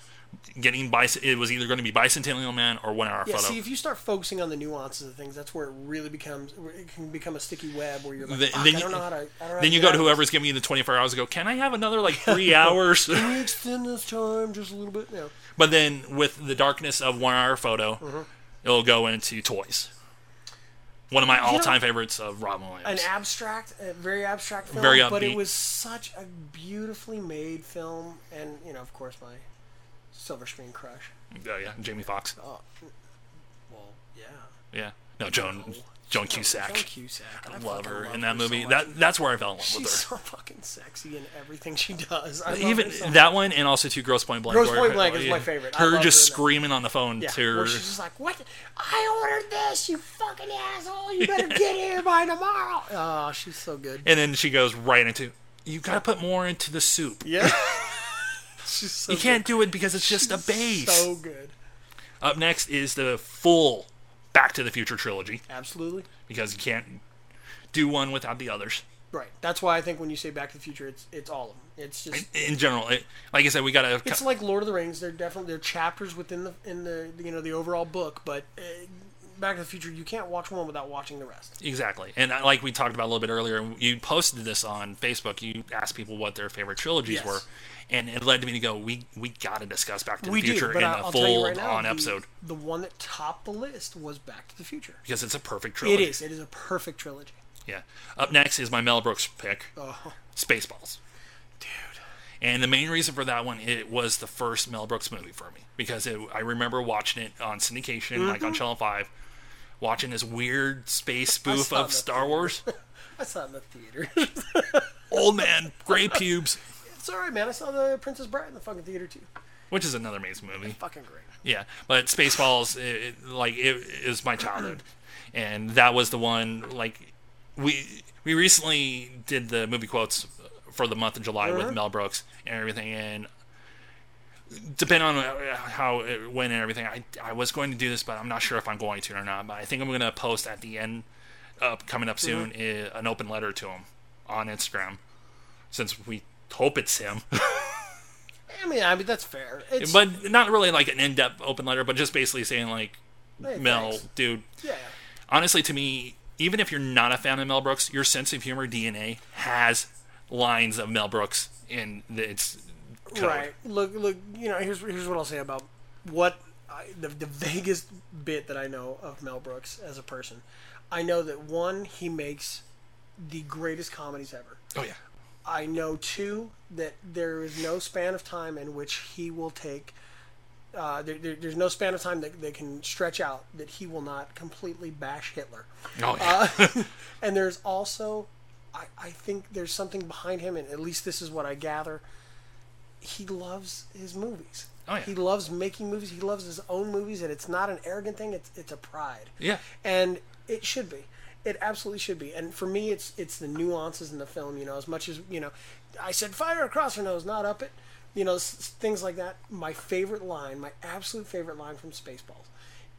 getting bicent it was either going to be bicentennial man or one hour
Yeah.
photo
See, if you start focusing on the nuances of things, that's where it really becomes where it can become a sticky web where you're like,
Then-
Fuck,
then
I
you-
don't know how to. I don't know how
then you
get
go to
out of
whoever's giving you the 24 hours and go can i have another like three hours
this. Can you extend this time just a little bit. No.
but then with the darkness of one hour photo
Mm-hmm.
it'll go into toys one of my all-time favorites of robin
An
williams
abstract, a very abstract film,
Very
but it
upbeat.
was such a beautifully made film, and you know, of course, my silver screen crush.
oh yeah jamie Foxx.
Well, yeah.
yeah no joan joan cusack
Joan Cusack. I
love
fucking
her in
love
that
so
movie
much.
that that's where i fell in love with
She's
her
so fucking sexy in everything she does. I love
even
her so much.
that one and also two gross point blank
Gross
where-
Point Blank is my favorite. I
her
love
just
her in that.
screaming on the phone
yeah.
to her
where she's just like, "What? I ordered this, you fucking asshole! You better get here by tomorrow." Oh, she's so good.
and then she goes right into you gotta put more into the soup
Yeah, she's so
you can't do it because it's just a base
so good.
up next is the full back to the future trilogy
Absolutely
because you can't do one without the others
right. That's why I think when you say Back to the Future, it's it's all of them. It's just
in general it, like i said we gotta
it's like Lord of the Rings. They're definitely they're chapters within the in the you know the overall book, but uh, Back to the Future, you can't watch one without watching the rest.
Exactly. And I- like we talked about a little bit earlier, you posted this on Facebook. You asked people what their favorite trilogies
Yes.
were. And it led me to go, we we got to discuss Back to the
we
Future
do,
in
but
a
I, I'll
full
tell you right now,
on
the,
episode
the one that topped the list was Back to the Future.
because it's a perfect
It
trilogy.
is. It is a perfect trilogy.
Yeah. Up next is my Mel Brooks pick,
Oh,
Spaceballs. And the main reason for that one, it was the first Mel Brooks movie for me because it, I remember watching it on syndication, like
Mm-hmm.
on Channel Five, watching this weird space spoof
saw
of
that.
Star Wars.
I saw it in the theater.
Old man, gray pubes,
it's all right, man. I saw the Princess Bride in the fucking theater too.
which is another amazing movie.
Fucking great.
Yeah, but Spaceballs, it, it, like it is my childhood, and that was the one. Like we we recently did the movie quotes for the month of July with Mel Brooks and everything, and depending on uh, how it went and everything, I I was going to do this, but I'm not sure if I'm going to or not. But I think I'm going to post at the end, up coming up soon, i- an open letter to him on Instagram, since we hope it's him
I mean, I mean that's fair. It's,
but not really like an in-depth open letter, but just basically saying like,
Hey,
Mel,
thanks.
dude.
yeah,
Honestly, to me, even if you're not a fan of Mel Brooks, your sense of humor DNA has lines of Mel Brooks in the, its code.
right. Look, look. You know, here's here's what I'll say about what I, the the vaguest bit that I know of Mel Brooks as a person. I know that one, he makes the greatest comedies ever.
Oh yeah.
I know too that there is no span of time in which he will take. Uh, there, there, there's no span of time that, that can stretch out that he will not completely bash Hitler.
Oh yeah.
And there's also, I, I think there's something behind him, and at least this is what I gather. He loves his movies.
Oh, yeah.
He loves making movies. He loves his own movies, and it's not an arrogant thing. It's it's a pride.
Yeah.
And it should be. It absolutely should be. And for me, it's it's the nuances in the film. You know, as much as you know, I said fire across her nose, not up it. You know, s- s- things like that. My favorite line, my absolute favorite line from Spaceballs,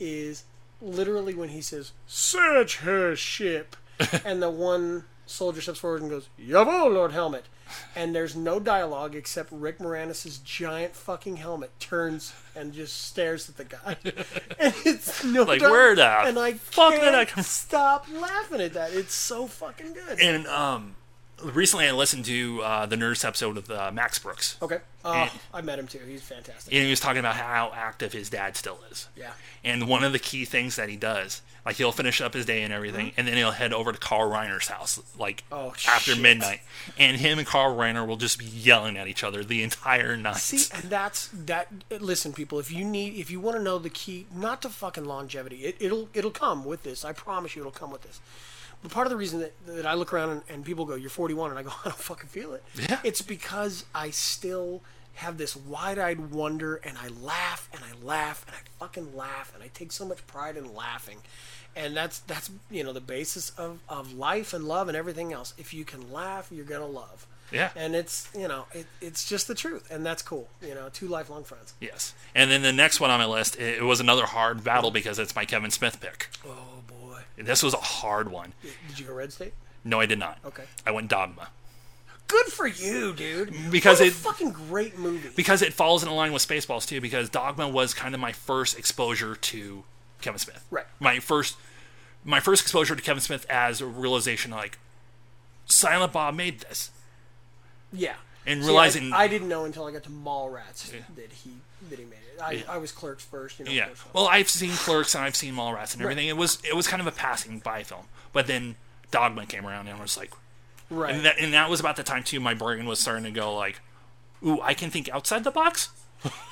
is literally when he says, "Search her ship," and the one soldier steps forward and goes, "Yavo, Lord Helmet," and there's no dialogue except Rick Moranis's giant fucking helmet turns and just stares at the guy, and it's no
Like,
di-
where the
and I
fuck did
can't
I come-
stop laughing at that. It's so fucking good.
and um, recently I listened to uh, the Nerdist episode with uh, Max Brooks,
okay, uh,
and-
I met him too. He's fantastic.
and he was talking about how active his dad still is.
Yeah.
And one of the key things that he does, like he'll finish up his day and everything, and then he'll head over to Carl Reiner's house, like
Mm-hmm. Oh,
after
shit.
midnight. And him and Carl Reiner will just be yelling at each other the entire night.
See, and that's that. Listen, people, if you need, if you want to know the key, not to fucking longevity, it, it'll it'll come with this. I promise you, it'll come with this. But part of the reason that, that I look around and, and people go, "You're 41," and I go, "I don't fucking feel it."
Yeah.
It's because I still have this wide-eyed wonder, and I laugh and I laugh and I fucking laugh, and I take so much pride in laughing. And that's that's you know the basis of, of life and love and everything else. If you can laugh, you're gonna love.
Yeah.
And it's you know it, it's just the truth, and that's cool. You know, two lifelong friends.
yes. And then the next one on my list, it, it was another hard battle because it's my Kevin Smith pick.
Oh boy,
This was a hard one.
did you go Red State?
No, I did not.
Okay.
I went Dogma
Good for you, dude.
Because
what
it-
a fucking great movie.
because it falls in line with Spaceballs too. Because Dogma was kind of my first exposure to Kevin Smith.
Right.
My first, my first exposure to Kevin Smith as a realization like, Silent Bob made this.
yeah.
and
See, I-
realizing-
I, didn't know until I got to Mallrats that he that he made it. I, I was Clerks first. You know,
Yeah.
first one.
Well, I've seen Clerks and I've seen Mallrats and everything. It was it was kind of a passing by film, but then Dogma came around and I was like,
right.
and that, and that was about the time too. My brain was starting to go like, ooh, I can think outside the box.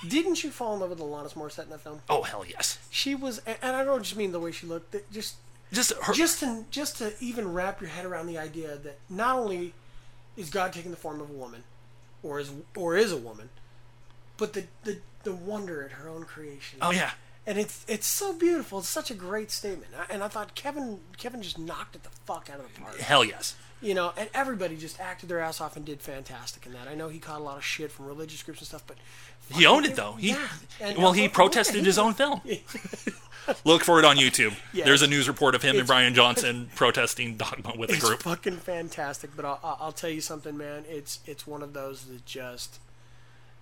Didn't you fall in love with Alanis Morissette in that film?
Oh hell yes.
She was, and and I don't just mean the way she looked. that Just
Just her.
just to just to even wrap your head around the idea that not only is God taking the form of a woman, or is or is a woman, but the the, the wonder at her own creation.
oh yeah.
and it's it's so beautiful. It's such a great statement. I- And I thought Kevin Kevin just knocked it the fuck out of the park.
Hell yes.
You know, and everybody just acted their ass off and did fantastic in that. I know he caught a lot of shit from religious groups and stuff, but
He owned it though. He
Yeah. And-
well, he
yeah,
protested
he-
his own film. Look for it on YouTube.
Yeah,
There's a
it's-
news report of him and
it's-
Brian Johnson protesting Dogma with a
It's
group.
fucking fantastic. But I'll, I'll I'll tell you something, man. It's it's one of those that just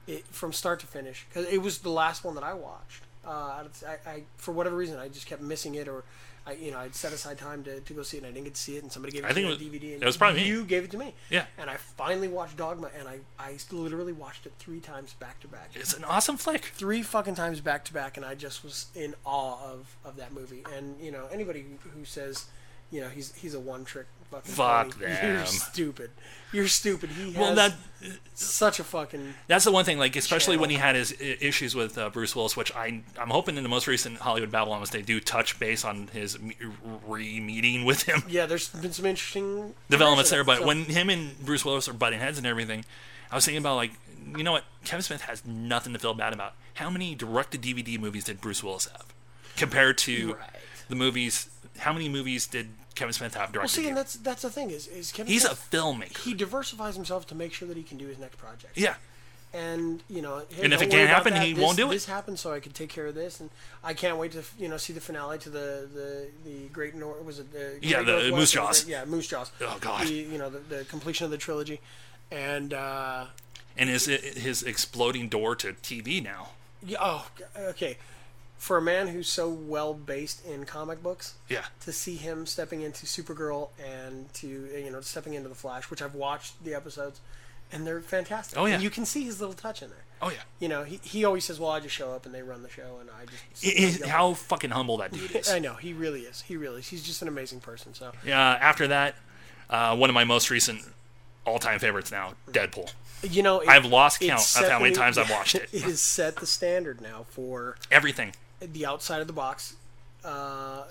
it from start to finish because it was the last one that I watched. Uh, out of- I, I, for whatever reason, I just kept missing it, or I, you know, I'd set aside time to, to go see it, and I didn't get to see it, and somebody gave it
I
to
think
me
it
on
was-
DVD. And
it was probably me.
you gave it to me.
Yeah.
And I finally watched Dogma, and I, I literally watched it three times back to back
It's an awesome flick.
three fucking times back to back, and I just was in awe of, of that movie. And you know, anybody who says, you know, he's he's a one trick fucking
Fuck
pony, You're
them.
stupid. You're stupid. He has
Well, that
such a fucking.
that's the one thing. Like, especially when he had his i- issues with uh, Bruce Willis, which I I'm hoping in the most recent Hollywood Babylon was they do touch base on his me- re-meeting with him
Yeah, there's been some interesting
developments there. But
So-
when him and Bruce Willis are butting heads and everything, I was thinking about like, you know what? Kevin Smith has nothing to feel bad about. How many direct-to-DVD movies did Bruce Willis have compared to the movies? How many movies did Kevin Smith have
well, see,
direct-to-DVD?
and that's that's the thing is is Kevin
He's a
Smith,
filmmaker.
he diversifies himself to make sure that he can do his next project.
yeah.
and you know, hey,
And if
don't
it
worry
can't
about
happen,
that.
he
This-
won't do it.
This happened, so I could take care of this, and I can't wait to you know see the finale to the the the Great North. Was it the
Yeah,
Great
the
Northwest
Moose
or the
Jaws.
Great- yeah, Moose Jaws.
Oh, God.
The, you know the, the completion of the trilogy, and uh,
and his his exploding door to TV now.
yeah, oh okay, for a man who's so well based in comic books,
Yeah,
to see him stepping into Supergirl and to you know stepping into the Flash, which I've watched the episodes, and they're fantastic.
Oh, yeah.
and you can see his little touch in there.
oh yeah.
you know, he, he always says, "Well, I just show up and they run the show," and I just
It- it- how fucking humble that dude is.
I know he really is. He really is. He's just an amazing person. So
Yeah. After that, uh, one of my most recent all-time favorites now, Deadpool.
you know, it-
I've lost
it's
count
set
of how many
the-
times I've watched it.
It has set the standard now for
Everything.
the outside of the box, uh,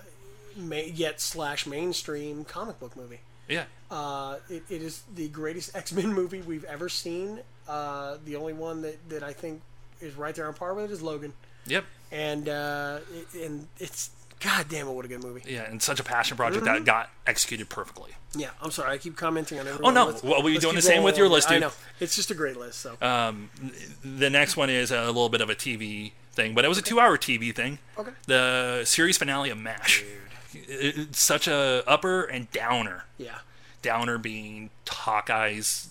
ma- yet slash mainstream comic book movie.
Yeah.
Uh, it, it is the greatest X Men movie we've ever seen. Uh, the only one that, that I think is right there on par with it is Logan,
Yep.
and uh, it, and it's goddamn it, what a good movie.
Yeah, and such a passion project that got executed perfectly.
Yeah, I'm sorry. I keep commenting on everyone.
Oh, no.
Let's-
Well, were you
let's
doing
keep
the same with your
rolling.
list,
I
dude? Uh,
know. It's just a great list, so.
The next one is a little bit of a TV thing, but it was a two-hour TV thing.
Okay.
The series finale of Mash. It- It's such a upper and downer.
yeah.
Downer being Hawkeye's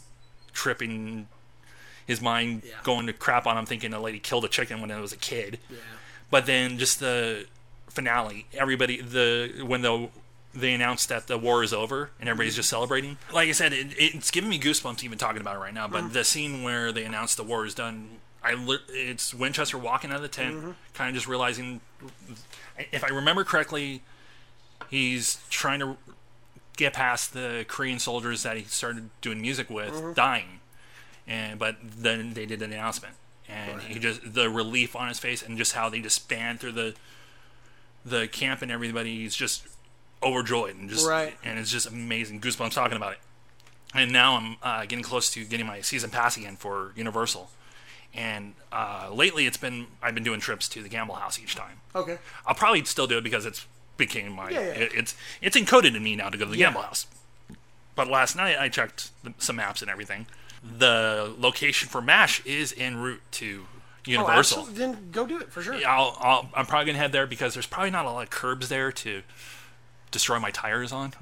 tripping, his mind going to crap on him, thinking a lady killed a chicken when it was a kid.
Yeah.
But then just the finale, everybody the when the they announced that the war is over and everybody's just celebrating. Like I said, it, it's giving me goosebumps even talking about it right now. But the scene where they announced the war is done, I lit- it's Winchester walking out of the tent, kind of just realizing, if I remember correctly, he's trying to get past the Korean soldiers that he started doing music with dying, and but then they did an announcement, and he just the relief on his face and just how they just span through the the camp and everybody's just overjoyed and just
Right.
and it's just amazing goosebumps talking about it, and now I'm uh, getting close to getting my season pass again for Universal. And uh, lately, it's been I've been doing trips to the Gamble House each time.
Okay.
I'll probably still do it because it's became my
Yeah, yeah.
It, it's it's encoded in me now to go to the gamble house. But last night I checked the, some maps and everything. The location for Mash is en route to
Oh,
Universal.
absolutely. Then go do it for sure.
I'll, I'll, I'm probably gonna head there because there's probably not a lot of curbs there to destroy my tires on.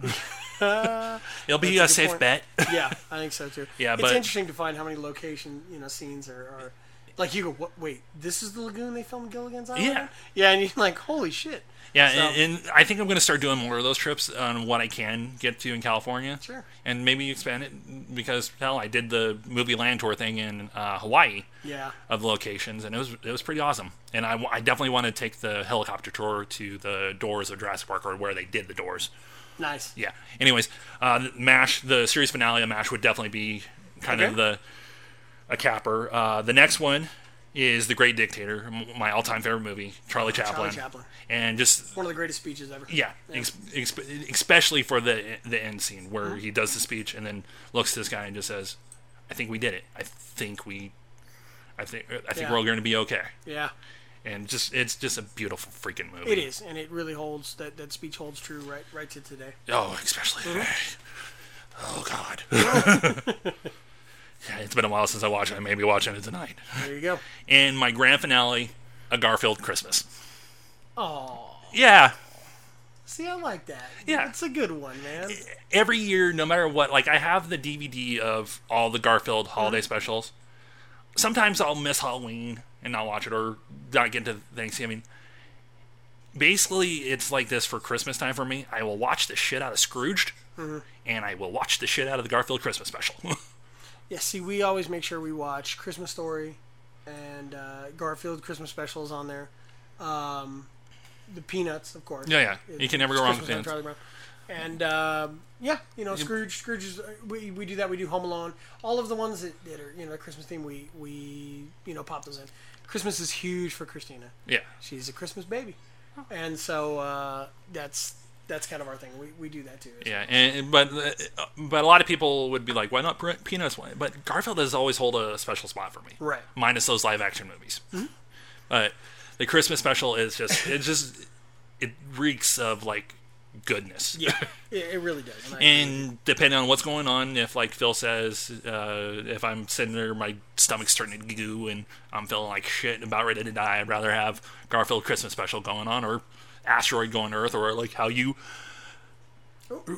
It'll be a,
That's a good
safe
point.
bet.
Yeah, I think so too.
Yeah,
it's
but-
interesting to find how many location you know scenes are. are like you go, what, wait, this is the lagoon they filmed Gilligan's Island.
Yeah.
in?" yeah, and you're like, holy shit.
Yeah,
So-
and, and I think I'm going to start doing more of those trips on what I can get to in California.
Sure.
And maybe expand it because hell, I did the movie land tour thing in uh, Hawaii
Yeah,
of the locations, and it was it was pretty awesome. And I, w- I definitely want to take the helicopter tour to the doors of Jurassic Park or where they did the doors.
nice.
Yeah. Anyways, uh, Mash, the series finale of Mash would definitely be kind of
Okay.
the a capper. Uh, the next one is The Great Dictator, m- my all-time favorite movie, Charlie Chaplin.
Oh, Chaplin.
And just
One of the greatest speeches ever.
yeah, ex- exp- especially for the the end scene where
Uh-huh.
he does the speech and then looks to this guy and just says, "I think we did it. I think we, I think I think
Yeah.
we're all going to be okay."
Yeah,
And just it's just a beautiful freaking movie.
it is, and it really holds that that speech holds true right right to today.
Oh, especially.
Uh-huh.
Oh God. yeah, it's been a while since I watched it. I may be watching it tonight.
There you go.
And my grand finale, a Garfield Christmas.
Oh,
Yeah,
see, I like that.
Yeah.
it's a good one, man.
every
Mm-hmm.
year, no matter what, like I have the DVD of all the Garfield holiday specials. sometimes I'll miss Halloween and not watch it or not get to Thanksgiving. Basically, it's like this for Christmas time for me. I will watch the shit out of Scrooged, and I will watch the shit out of the Garfield Christmas special.
Mm-hmm. Yeah, see, we always make sure we watch Christmas Story and uh, Garfield Christmas specials on there. Um, the Peanuts, of course.
Yeah, yeah. You can never go wrong with
Christmas time, Charlie Brown. And um, yeah, you know, Scrooge, Scrooge is, uh, we, we do that. We do Home Alone. All of the ones that, that are, you know, the Christmas theme, we, we, you know, pop those in. Christmas is huge for Christina.
yeah,
She's a Christmas baby. And so uh, that's that's kind of our thing. We, we do that too.
yeah. And but uh, but a lot of people would be like, why not Pe- Peanuts? Why- But Garfield does always hold a special spot for me,
Right.
Minus those live action movies. But the Christmas special is just it just it reeks of like goodness. Yeah.
It, it really does. And I-
And depending on what's going on, if like Phil says, uh, if I'm sitting there, my stomach's starting to goo and I'm feeling like shit, and about ready to die, I'd rather have Garfield Christmas special going on or asteroid going to Earth or like how you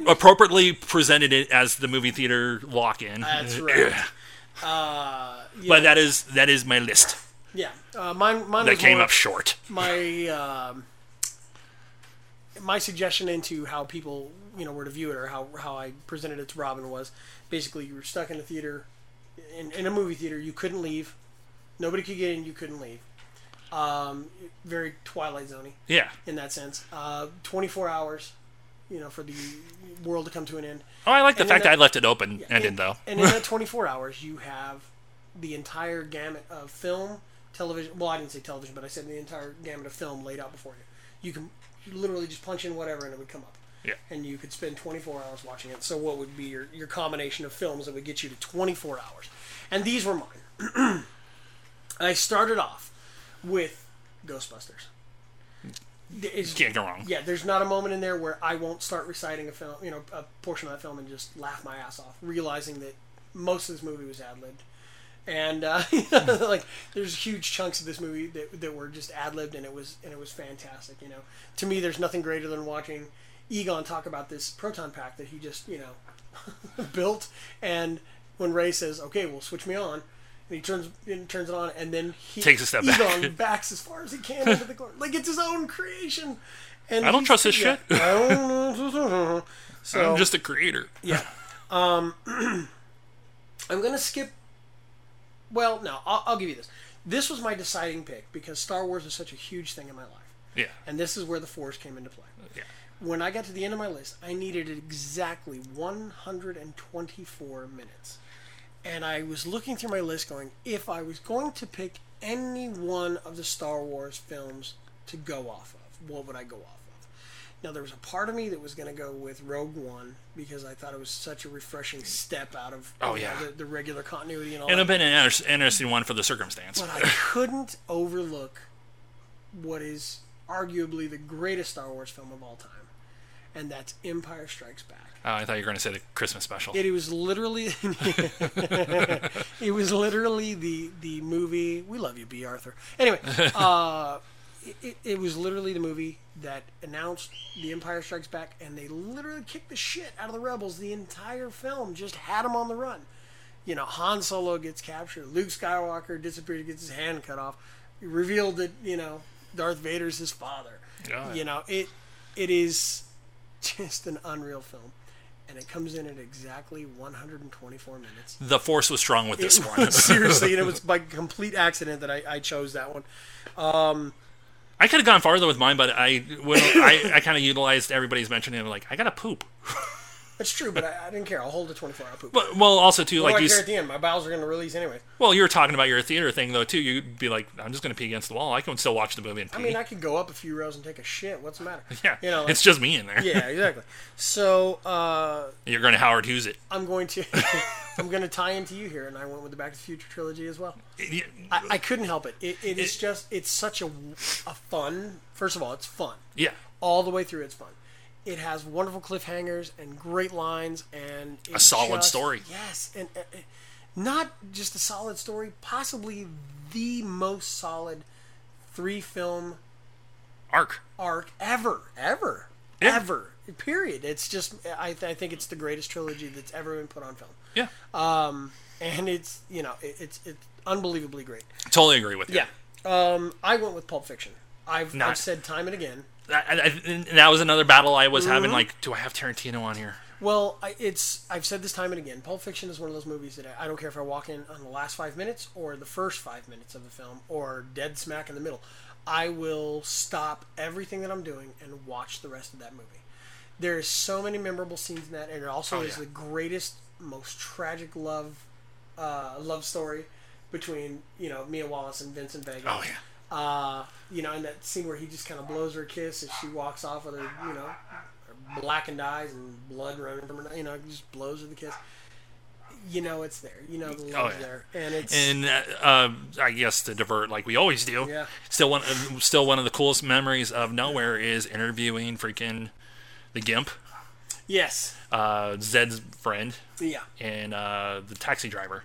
appropriately presented it as the movie theater lock in.
that's right.
But that is that is my list
Yeah. Uh, mine mine
that
was
came
more-
up short.
my um, my suggestion into how people you know were to view it or how how I presented it to Robin was basically you were stuck in a theater in, in a movie theater you couldn't leave nobody could get in you couldn't leave um, very Twilight Zoney
Yeah.
in that sense uh, 24 hours you know for the world to come to an end
Oh, I like the
And
fact
then
that I
that-
left it open ended though.
and in that 24 hours, you have the entire gamut of film, television. Well, I didn't say television, but I said the entire gamut of film laid out before you. You can literally just punch in whatever, and it would come up.
Yeah.
And you could spend 24 hours watching it. So, what would be your, your combination of films that would get you to 24 hours? And these were mine. I started off with Ghostbusters. It's-
Can't go wrong.
yeah, there's not a moment in there where I won't start reciting a film, you know, a portion of that film and just laugh my ass off, realizing that most of this movie was ad libbed, and uh,
Hmm.
like there's huge chunks of this movie that, that were just ad libbed, and it was and it was fantastic. You know, to me, there's nothing greater than watching Egon talk about this proton pack that he just you know built, and when Ray says, "Okay, well, switch me on." And he turns and turns it on, and then he
Takes a step back.
Egon backs as far as he can into the corner, like it's his own creation. And
I don't
he's-
trust this
yeah.
shit.
I don't- so
I'm just a creator.
I'm gonna skip. Well, no, I'll, I'll give you this. This was my deciding pick because Star Wars is such a huge thing in my life,
Yeah.
and this is where the Force came into play.
Yeah.
When I got to the end of my list, I needed exactly 124 minutes, and I was looking through my list, going, if I was going to pick any one of the Star Wars films to go off of, what would I go off of? Now there was a part of me that was going to go with Rogue One because I thought it was such a refreshing step out of
Oh,
you know,
yeah.
the, the regular continuity and all.
It'd
that.
have been an inter- interesting one for the circumstance.
But I couldn't overlook what is arguably the greatest Star Wars film of all time, and that's Empire Strikes Back.
Oh, I thought you were going to say the Christmas special.
It, was literally, it was literally the the movie. We love you, B. Arthur. Anyway, uh, it, it was literally the movie that announced The Empire Strikes Back, and they literally kicked the shit out of the rebels. The entire film just had them on the run. You know, Han Solo gets captured, Luke Skywalker disappears, gets his hand cut off, revealed that you know Darth Vader's his father.
Yeah.
You know it. It is just an unreal film and it comes in at exactly 124 minutes.
the force was strong with this one.
Seriously, and it was by complete accident that I, I chose that one.
I could have gone farther with mine, but I when I, I kind of utilized everybody's mentioning. I'm like, I gotta poop.
That's true, but I, I didn't care. I'll hold the 24 hour poop.
But well, also too,
What do
like
I
you,
care
s-
at the end. My bowels are going to release anyway.
well, you were talking about your theater thing though too. You'd be like, I'm just gonna pee against the wall. I can still watch the movie and pee.
I mean, I could go up a few rows and take a shit. What's the matter?
yeah,
you know, like-
it's just me in there.
yeah, exactly. So uh,
You're gonna Howard Hughes it.
I'm going to I'm going to tie into you here, and I went with the Back to the Future trilogy as well.
Yeah,
I, I couldn't help it. It, it is just it's such a a fun. First of all, it's fun.
yeah.
all the way through. It's fun. It has wonderful cliffhangers and great lines and it
A solid
just-
story.
Yes, and uh, uh, not just a solid story, possibly the most solid three film
Arc.
arc ever, ever, ever. Period. It's just I, I think it's the greatest trilogy that's ever been put on film
Yeah.
and it's you know it, it's it's unbelievably great.
Totally agree with you.
Yeah. Um, I went with Pulp Fiction. I've, I've
Nice.
said time and again.
I, I- and that was another battle I was
Mm-hmm.
having. Like, do I have Tarantino on here?
Well, I, it's I've said this time and again. Pulp Fiction is one of those movies that I, I don't care if I walk in on the last five minutes or the first five minutes of the film or dead smack in the middle. I will stop everything that I'm doing and watch the rest of that movie. There is so many memorable scenes in that, and it also is
Oh, yeah.
the greatest, most tragic love uh, love story between you know Mia Wallace and Vincent Vega.
Oh yeah.
Uh, you know, and that scene where he just kind of blows her a kiss and she walks off with her, you know, her blackened eyes and blood running from her, you know, just blows her the kiss. You know, it's there. You know, the love's
Oh, yeah.
there, and it's
And uh, uh, I guess to divert, like we always do.
Yeah.
Still one, uh, still one of the coolest memories of Nowhere is interviewing freaking the Gimp,
yes,
uh, Zed's friend,
yeah,
and uh, the taxi driver.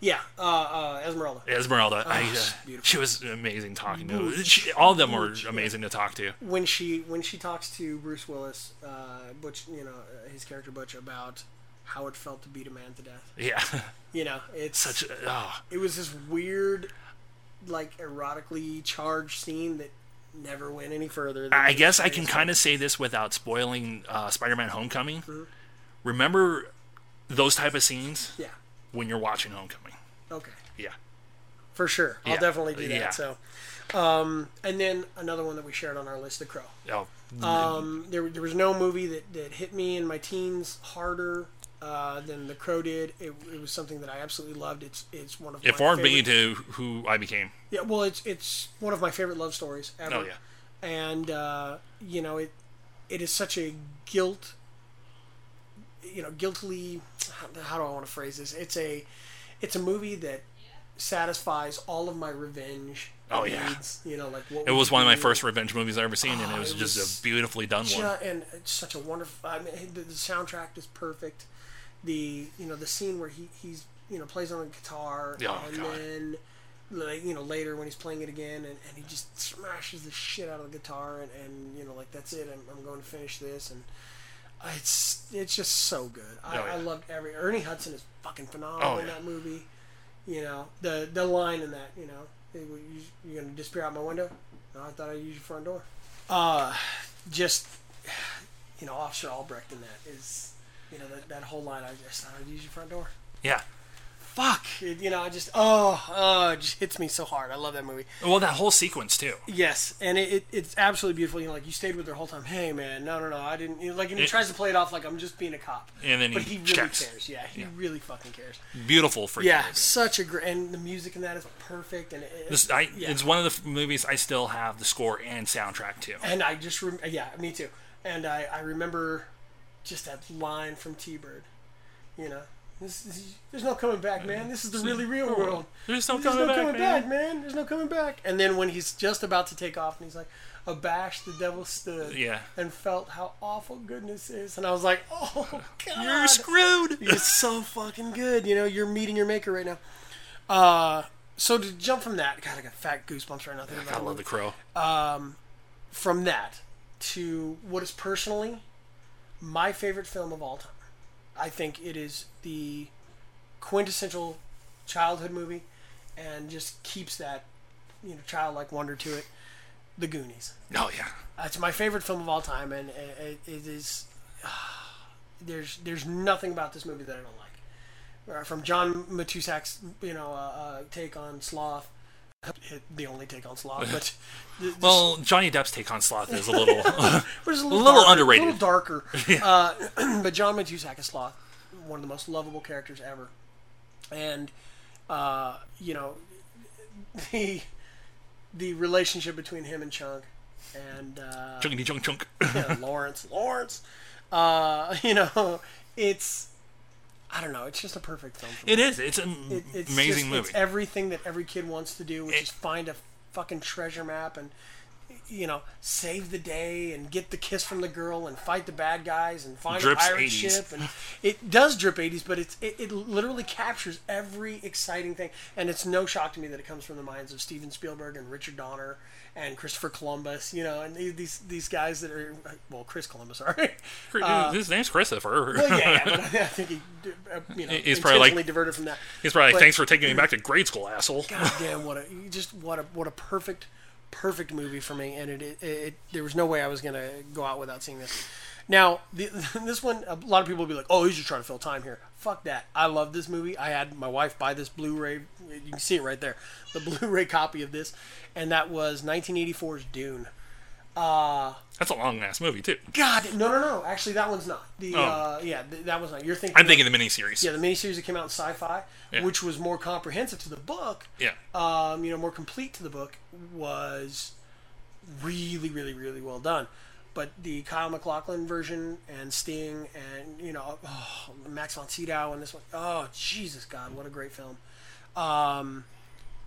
yeah. Uh, uh, Esmeralda.
Esmeralda, I, uh,
Oh, she's beautiful.
she was amazing talking to. She, all of them were amazing to talk to.
when she when she talks to Bruce Willis, uh, Butch, you know, uh, his character Butch about how it felt to beat a man to death.
Yeah,
You know, it's
such. a- Oh,
it was this weird, like erotically charged scene that never went any further. than-
I guess I can kind of say this without spoiling uh, Spider-Man: Homecoming.
Mm-hmm.
Remember those type of scenes
yeah.
when you're watching Homecoming.
Okay.
Yeah.
For sure. I'll
Yeah.
definitely do that.
Yeah.
So, um, and then another one that we shared on our list, The Crow.
Oh,
Um, there, there was no movie that, that hit me in my teens harder uh, than The Crow did. It, it was something that I absolutely loved. It's it's one of
it
my
formed me
favorite-
to who I became.
Yeah, well, it's it's one of my favorite love stories ever.
Oh yeah.
and uh, you know it it is such a guilt you know guiltily how, how do i want to phrase this it's a it's a movie that satisfies all of my revenge
Oh, yeah.
needs, you know like what
It
we
was one of my
do.
first revenge movies I ever seen, and it was
Oh, it
just
was
a beautifully done one.
Ju- and it's such a wonderful i mean the, the soundtrack is perfect the you know the scene where he he's you know plays on the guitar
Oh,
and
God.
then like you know later when he's playing it again and, and he just smashes the shit out of the guitar and, and you know like that's it I'm, I'm going to finish this and uh, it's it's just so good I,
Oh, yeah.
I loved every Ernie Hudson is fucking phenomenal
Oh,
in
yeah.
that movie you know the the line in that you know "Hey, well, you, you're gonna disappear out my window no, I thought I'd use your front door uh just you know Officer Albrecht in that is you know that, that whole line I just thought I'd use your front door
Yeah.
fuck it, you know i just oh oh it just hits me so hard i love that movie
Well, that whole sequence too.
yes and it, it it's absolutely beautiful you know like you stayed with her the whole time hey man no no no i didn't you know, like and he
It-
tries to play it off like i'm just being a cop
And then
but
he
he really
checks.
cares yeah he really fucking cares
Beautiful freaking
yeah
movie.
such a great and the music in that is perfect and it,
This, I,
yeah.
It's one of the f- movies I still have the score and soundtrack to.
and i just rem- yeah me too and i i remember just that line from t-bird you know this is, there's no coming back man this is the really real
Oh,
world
There's no
There's
coming,
no
back, man.
coming back, man. There's no coming back. And then when he's just about to take off, and he's like, "Abashed, the devil stood,
Yeah.
and felt how awful goodness is." And I was like, "Oh God,
You're screwed.
You're so fucking good. You know, you're meeting your maker right now." Uh, so to jump from that, God, I got fat goosebumps right now. thinking about
I
that
love
movie.
the crow.
From that to what is personally my favorite film of all time. I think it is the quintessential childhood movie and just keeps that you know childlike wonder to it the goonies
Oh yeah.
it's my favorite film of all time and it, it is there's there's nothing about this movie that i don't like Uh, from john matusak's you know uh, uh, take on sloth the only take on sloth but th- this-
Well, Johnny Depp's take on Sloth is a little.
but it's a
little
darker,
underrated.
A little darker. uh, but John Matusak is Sloth, one of the most lovable characters ever. And, uh, you know, the, the relationship between him and Chunk and uh,
chunkity chunk chunk.
yeah, Lawrence, Lawrence, uh, you know, it's, I don't know, it's just a perfect film for me.
It is. It's an
It- it's
amazing
just-
movie.
It's everything that every kid wants to do, which
It-
is find a fucking treasure map and you know, save the day and get the kiss from the girl and fight the bad guys and find
Drips
an iron
80s.
ship and it does drip 80s, but it's it, it literally captures every exciting thing, and it's no shock to me that it comes from the minds of Steven Spielberg and Richard Donner and Christopher Columbus, you know, and the- these these guys that are well, Chris Columbus, sorry.
Dude, his name's Christopher.
uh, Well, yeah, yeah, but I think he, uh, you know,
He's
he's
probably like-
probably diverted from that.
He's probably like,
But- mm-hmm.
thanks for taking me back to grade school, asshole.
God damn, what a you just what a what a perfect perfect movie for me, and it, it, it there was no way I was gonna go out without seeing this. Now the, this one, a lot of people will be like, "Oh, he's just trying to fill time here." Fuck that! I love this movie. I had my wife buy this Blu-ray. You can see it right there, the Blu-ray copy of this, and that was 1984's Dune.
That's a long ass movie too.
God, no, no, no. Actually, that one's not. The uh, yeah, th- that was not. You're thinking.
Oh. I'm thinking the miniseries.
yeah, the miniseries that came out in Sci-Fi,
Yeah.
which was more comprehensive to the book.
yeah.
um, you know, more complete to the book was really, really, really well done. But the Kyle MacLachlan version and Sting and you know oh, Max von Sydow and this one, oh Jesus God, what a great film! Um,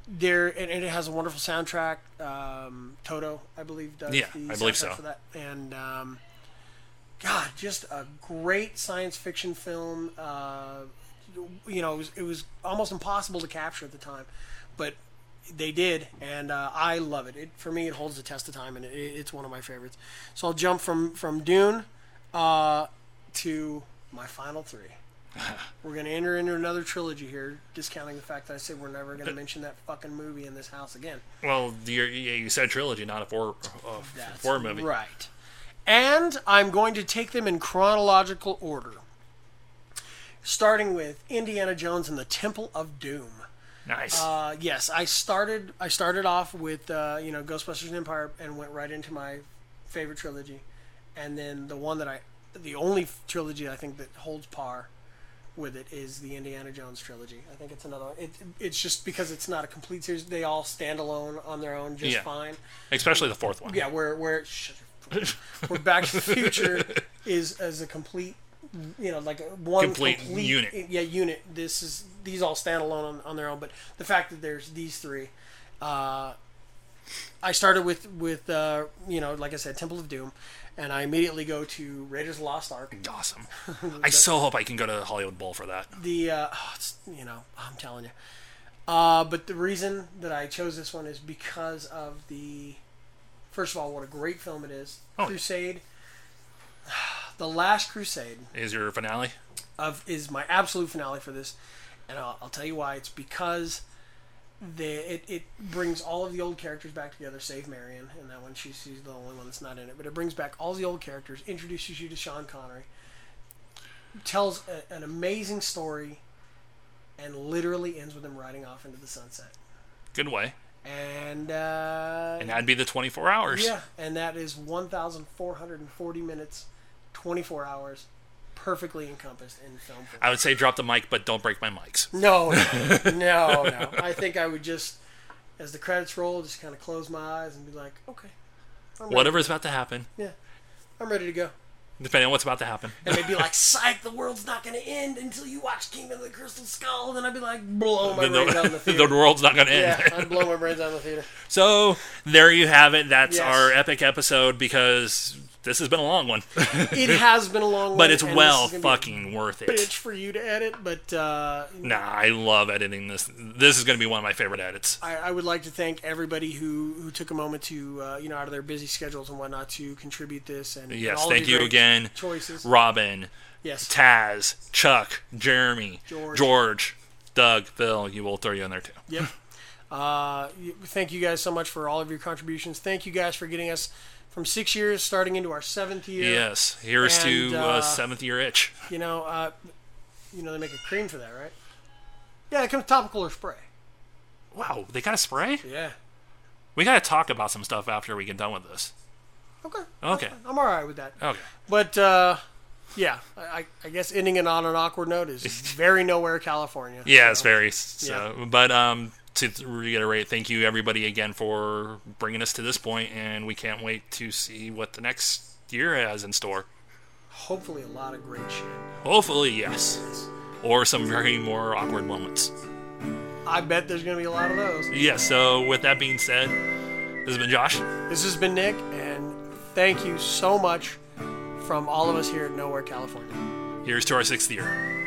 there and, and it has a wonderful soundtrack. Um, Toto, I believe, does
Yeah,
the
I believe
soundtrack
so.
for that. And um, God, just a great science fiction film. Uh, you know, it was, it was almost impossible to capture at the time, but they did, and uh, I love it. it. For me, it holds the test of time, and it, it's one of my favorites. So I'll jump from from Dune uh, to my final three. We're gonna enter into another trilogy here, discounting the fact that I said we're never gonna mention that fucking movie in this house again.
Well, you yeah, you said trilogy, not a four uh, four movie.
Right. And I'm going to take them in chronological order. Starting with Indiana Jones and the Temple of Doom.
Nice.
Uh, yes, I started. I started off with uh, you know Ghostbusters and Empire, and went right into my favorite trilogy, and then the one that I, the only trilogy I think that holds par with it is the Indiana Jones trilogy. I think it's another. It, it's just because it's not a complete series. They all stand alone on their own just
Yeah.
fine.
Especially the fourth one.
Yeah, where where shut your- where Back to the Future is as a complete, you know, like a one
Complete
complete,
unit.
Yeah, unit. This is these all stand alone on, on their own, but the fact that there's these three, uh, I started with with uh, you know, like I said, Temple of Doom, and I immediately go to Raiders of the Lost Ark.
Awesome. I so hope I can go to the Hollywood Bowl for that.
The uh, oh, it's, you know, I'm telling you. Uh, but the reason that I chose this one is because of the. First of all, what a great film it is.
Oh.
Crusade. The Last Crusade
Is your finale?
of is my absolute finale for this, and I'll, I'll tell you why. It's because the it, it brings all of the old characters back together, save Marion, and that one she, she's the only one that's not in it. But it brings back all the old characters, introduces you to Sean Connery, tells a, an amazing story, and literally ends with him riding off into the sunset.
Good way.
And uh,
And that'd be the 24 hours.
yeah, and that is 1,440 minutes, 24 hours, perfectly encompassed in film. form.
I would say drop the mic, but don't break my mics.
No, no, no, no. I think I would just, as the credits roll, just kind of close my eyes and be like, okay,
Whatever's about to happen,
I'm ready to go.
depending on what's about to happen.
And they'd be like, psych, the world's not going to end until you watch Kingdom of the Crystal Skull. Then I'd be like, blow my
The,
brains out in the
the,
theater.
world's not going to end.
yeah, I'd blow my brains out in the theater.
So there you have it. That's
Yes.
our epic episode because this has been a long one,
It has been a long way.
but it's
and this
well
is gonna be a
fucking worth
bitch
it.
for you to edit, but uh,
Nah, I love editing this. This is going to be one of my favorite edits.
I, I would like to thank everybody who, who took a moment to, uh, you know, out of their busy schedules and whatnot to contribute this. And and
Yes,
all of
thank
your
you
great
again,
Choices.
Robin,
Yes.
Taz, Chuck, Jeremy,
George.
George, Doug, Phil. You will throw you in there too.
Yep. Uh, you- thank you guys so much for all of your contributions. Thank you guys for getting us from six years starting into our seventh year.
Yes, here's
And,
to
uh,
uh, seventh year itch.
You know, uh, you know they make a cream for that, right? Yeah, it comes topical or spray.
Wow, they got a spray.
Yeah.
We got to talk about some stuff after we get done with this.
Okay.
Okay.
I'm all right with that.
Okay.
But uh, yeah, I, I- I guess ending it on an awkward note is very nowhere California.
Yeah, it's very. So, but um, to th- reiterate, thank you everybody again for bringing us to this point, and we can't wait to see what the next year has in store.
Hopefully, a lot of great shit.
Hopefully, yes, or some very more awkward moments.
I bet there's gonna be a lot of those.
Yes. so, with that being said, This has been Josh.
This has been Nick, and thank you so much from all of us here at Nowhere, California.
Here's to our sixth year.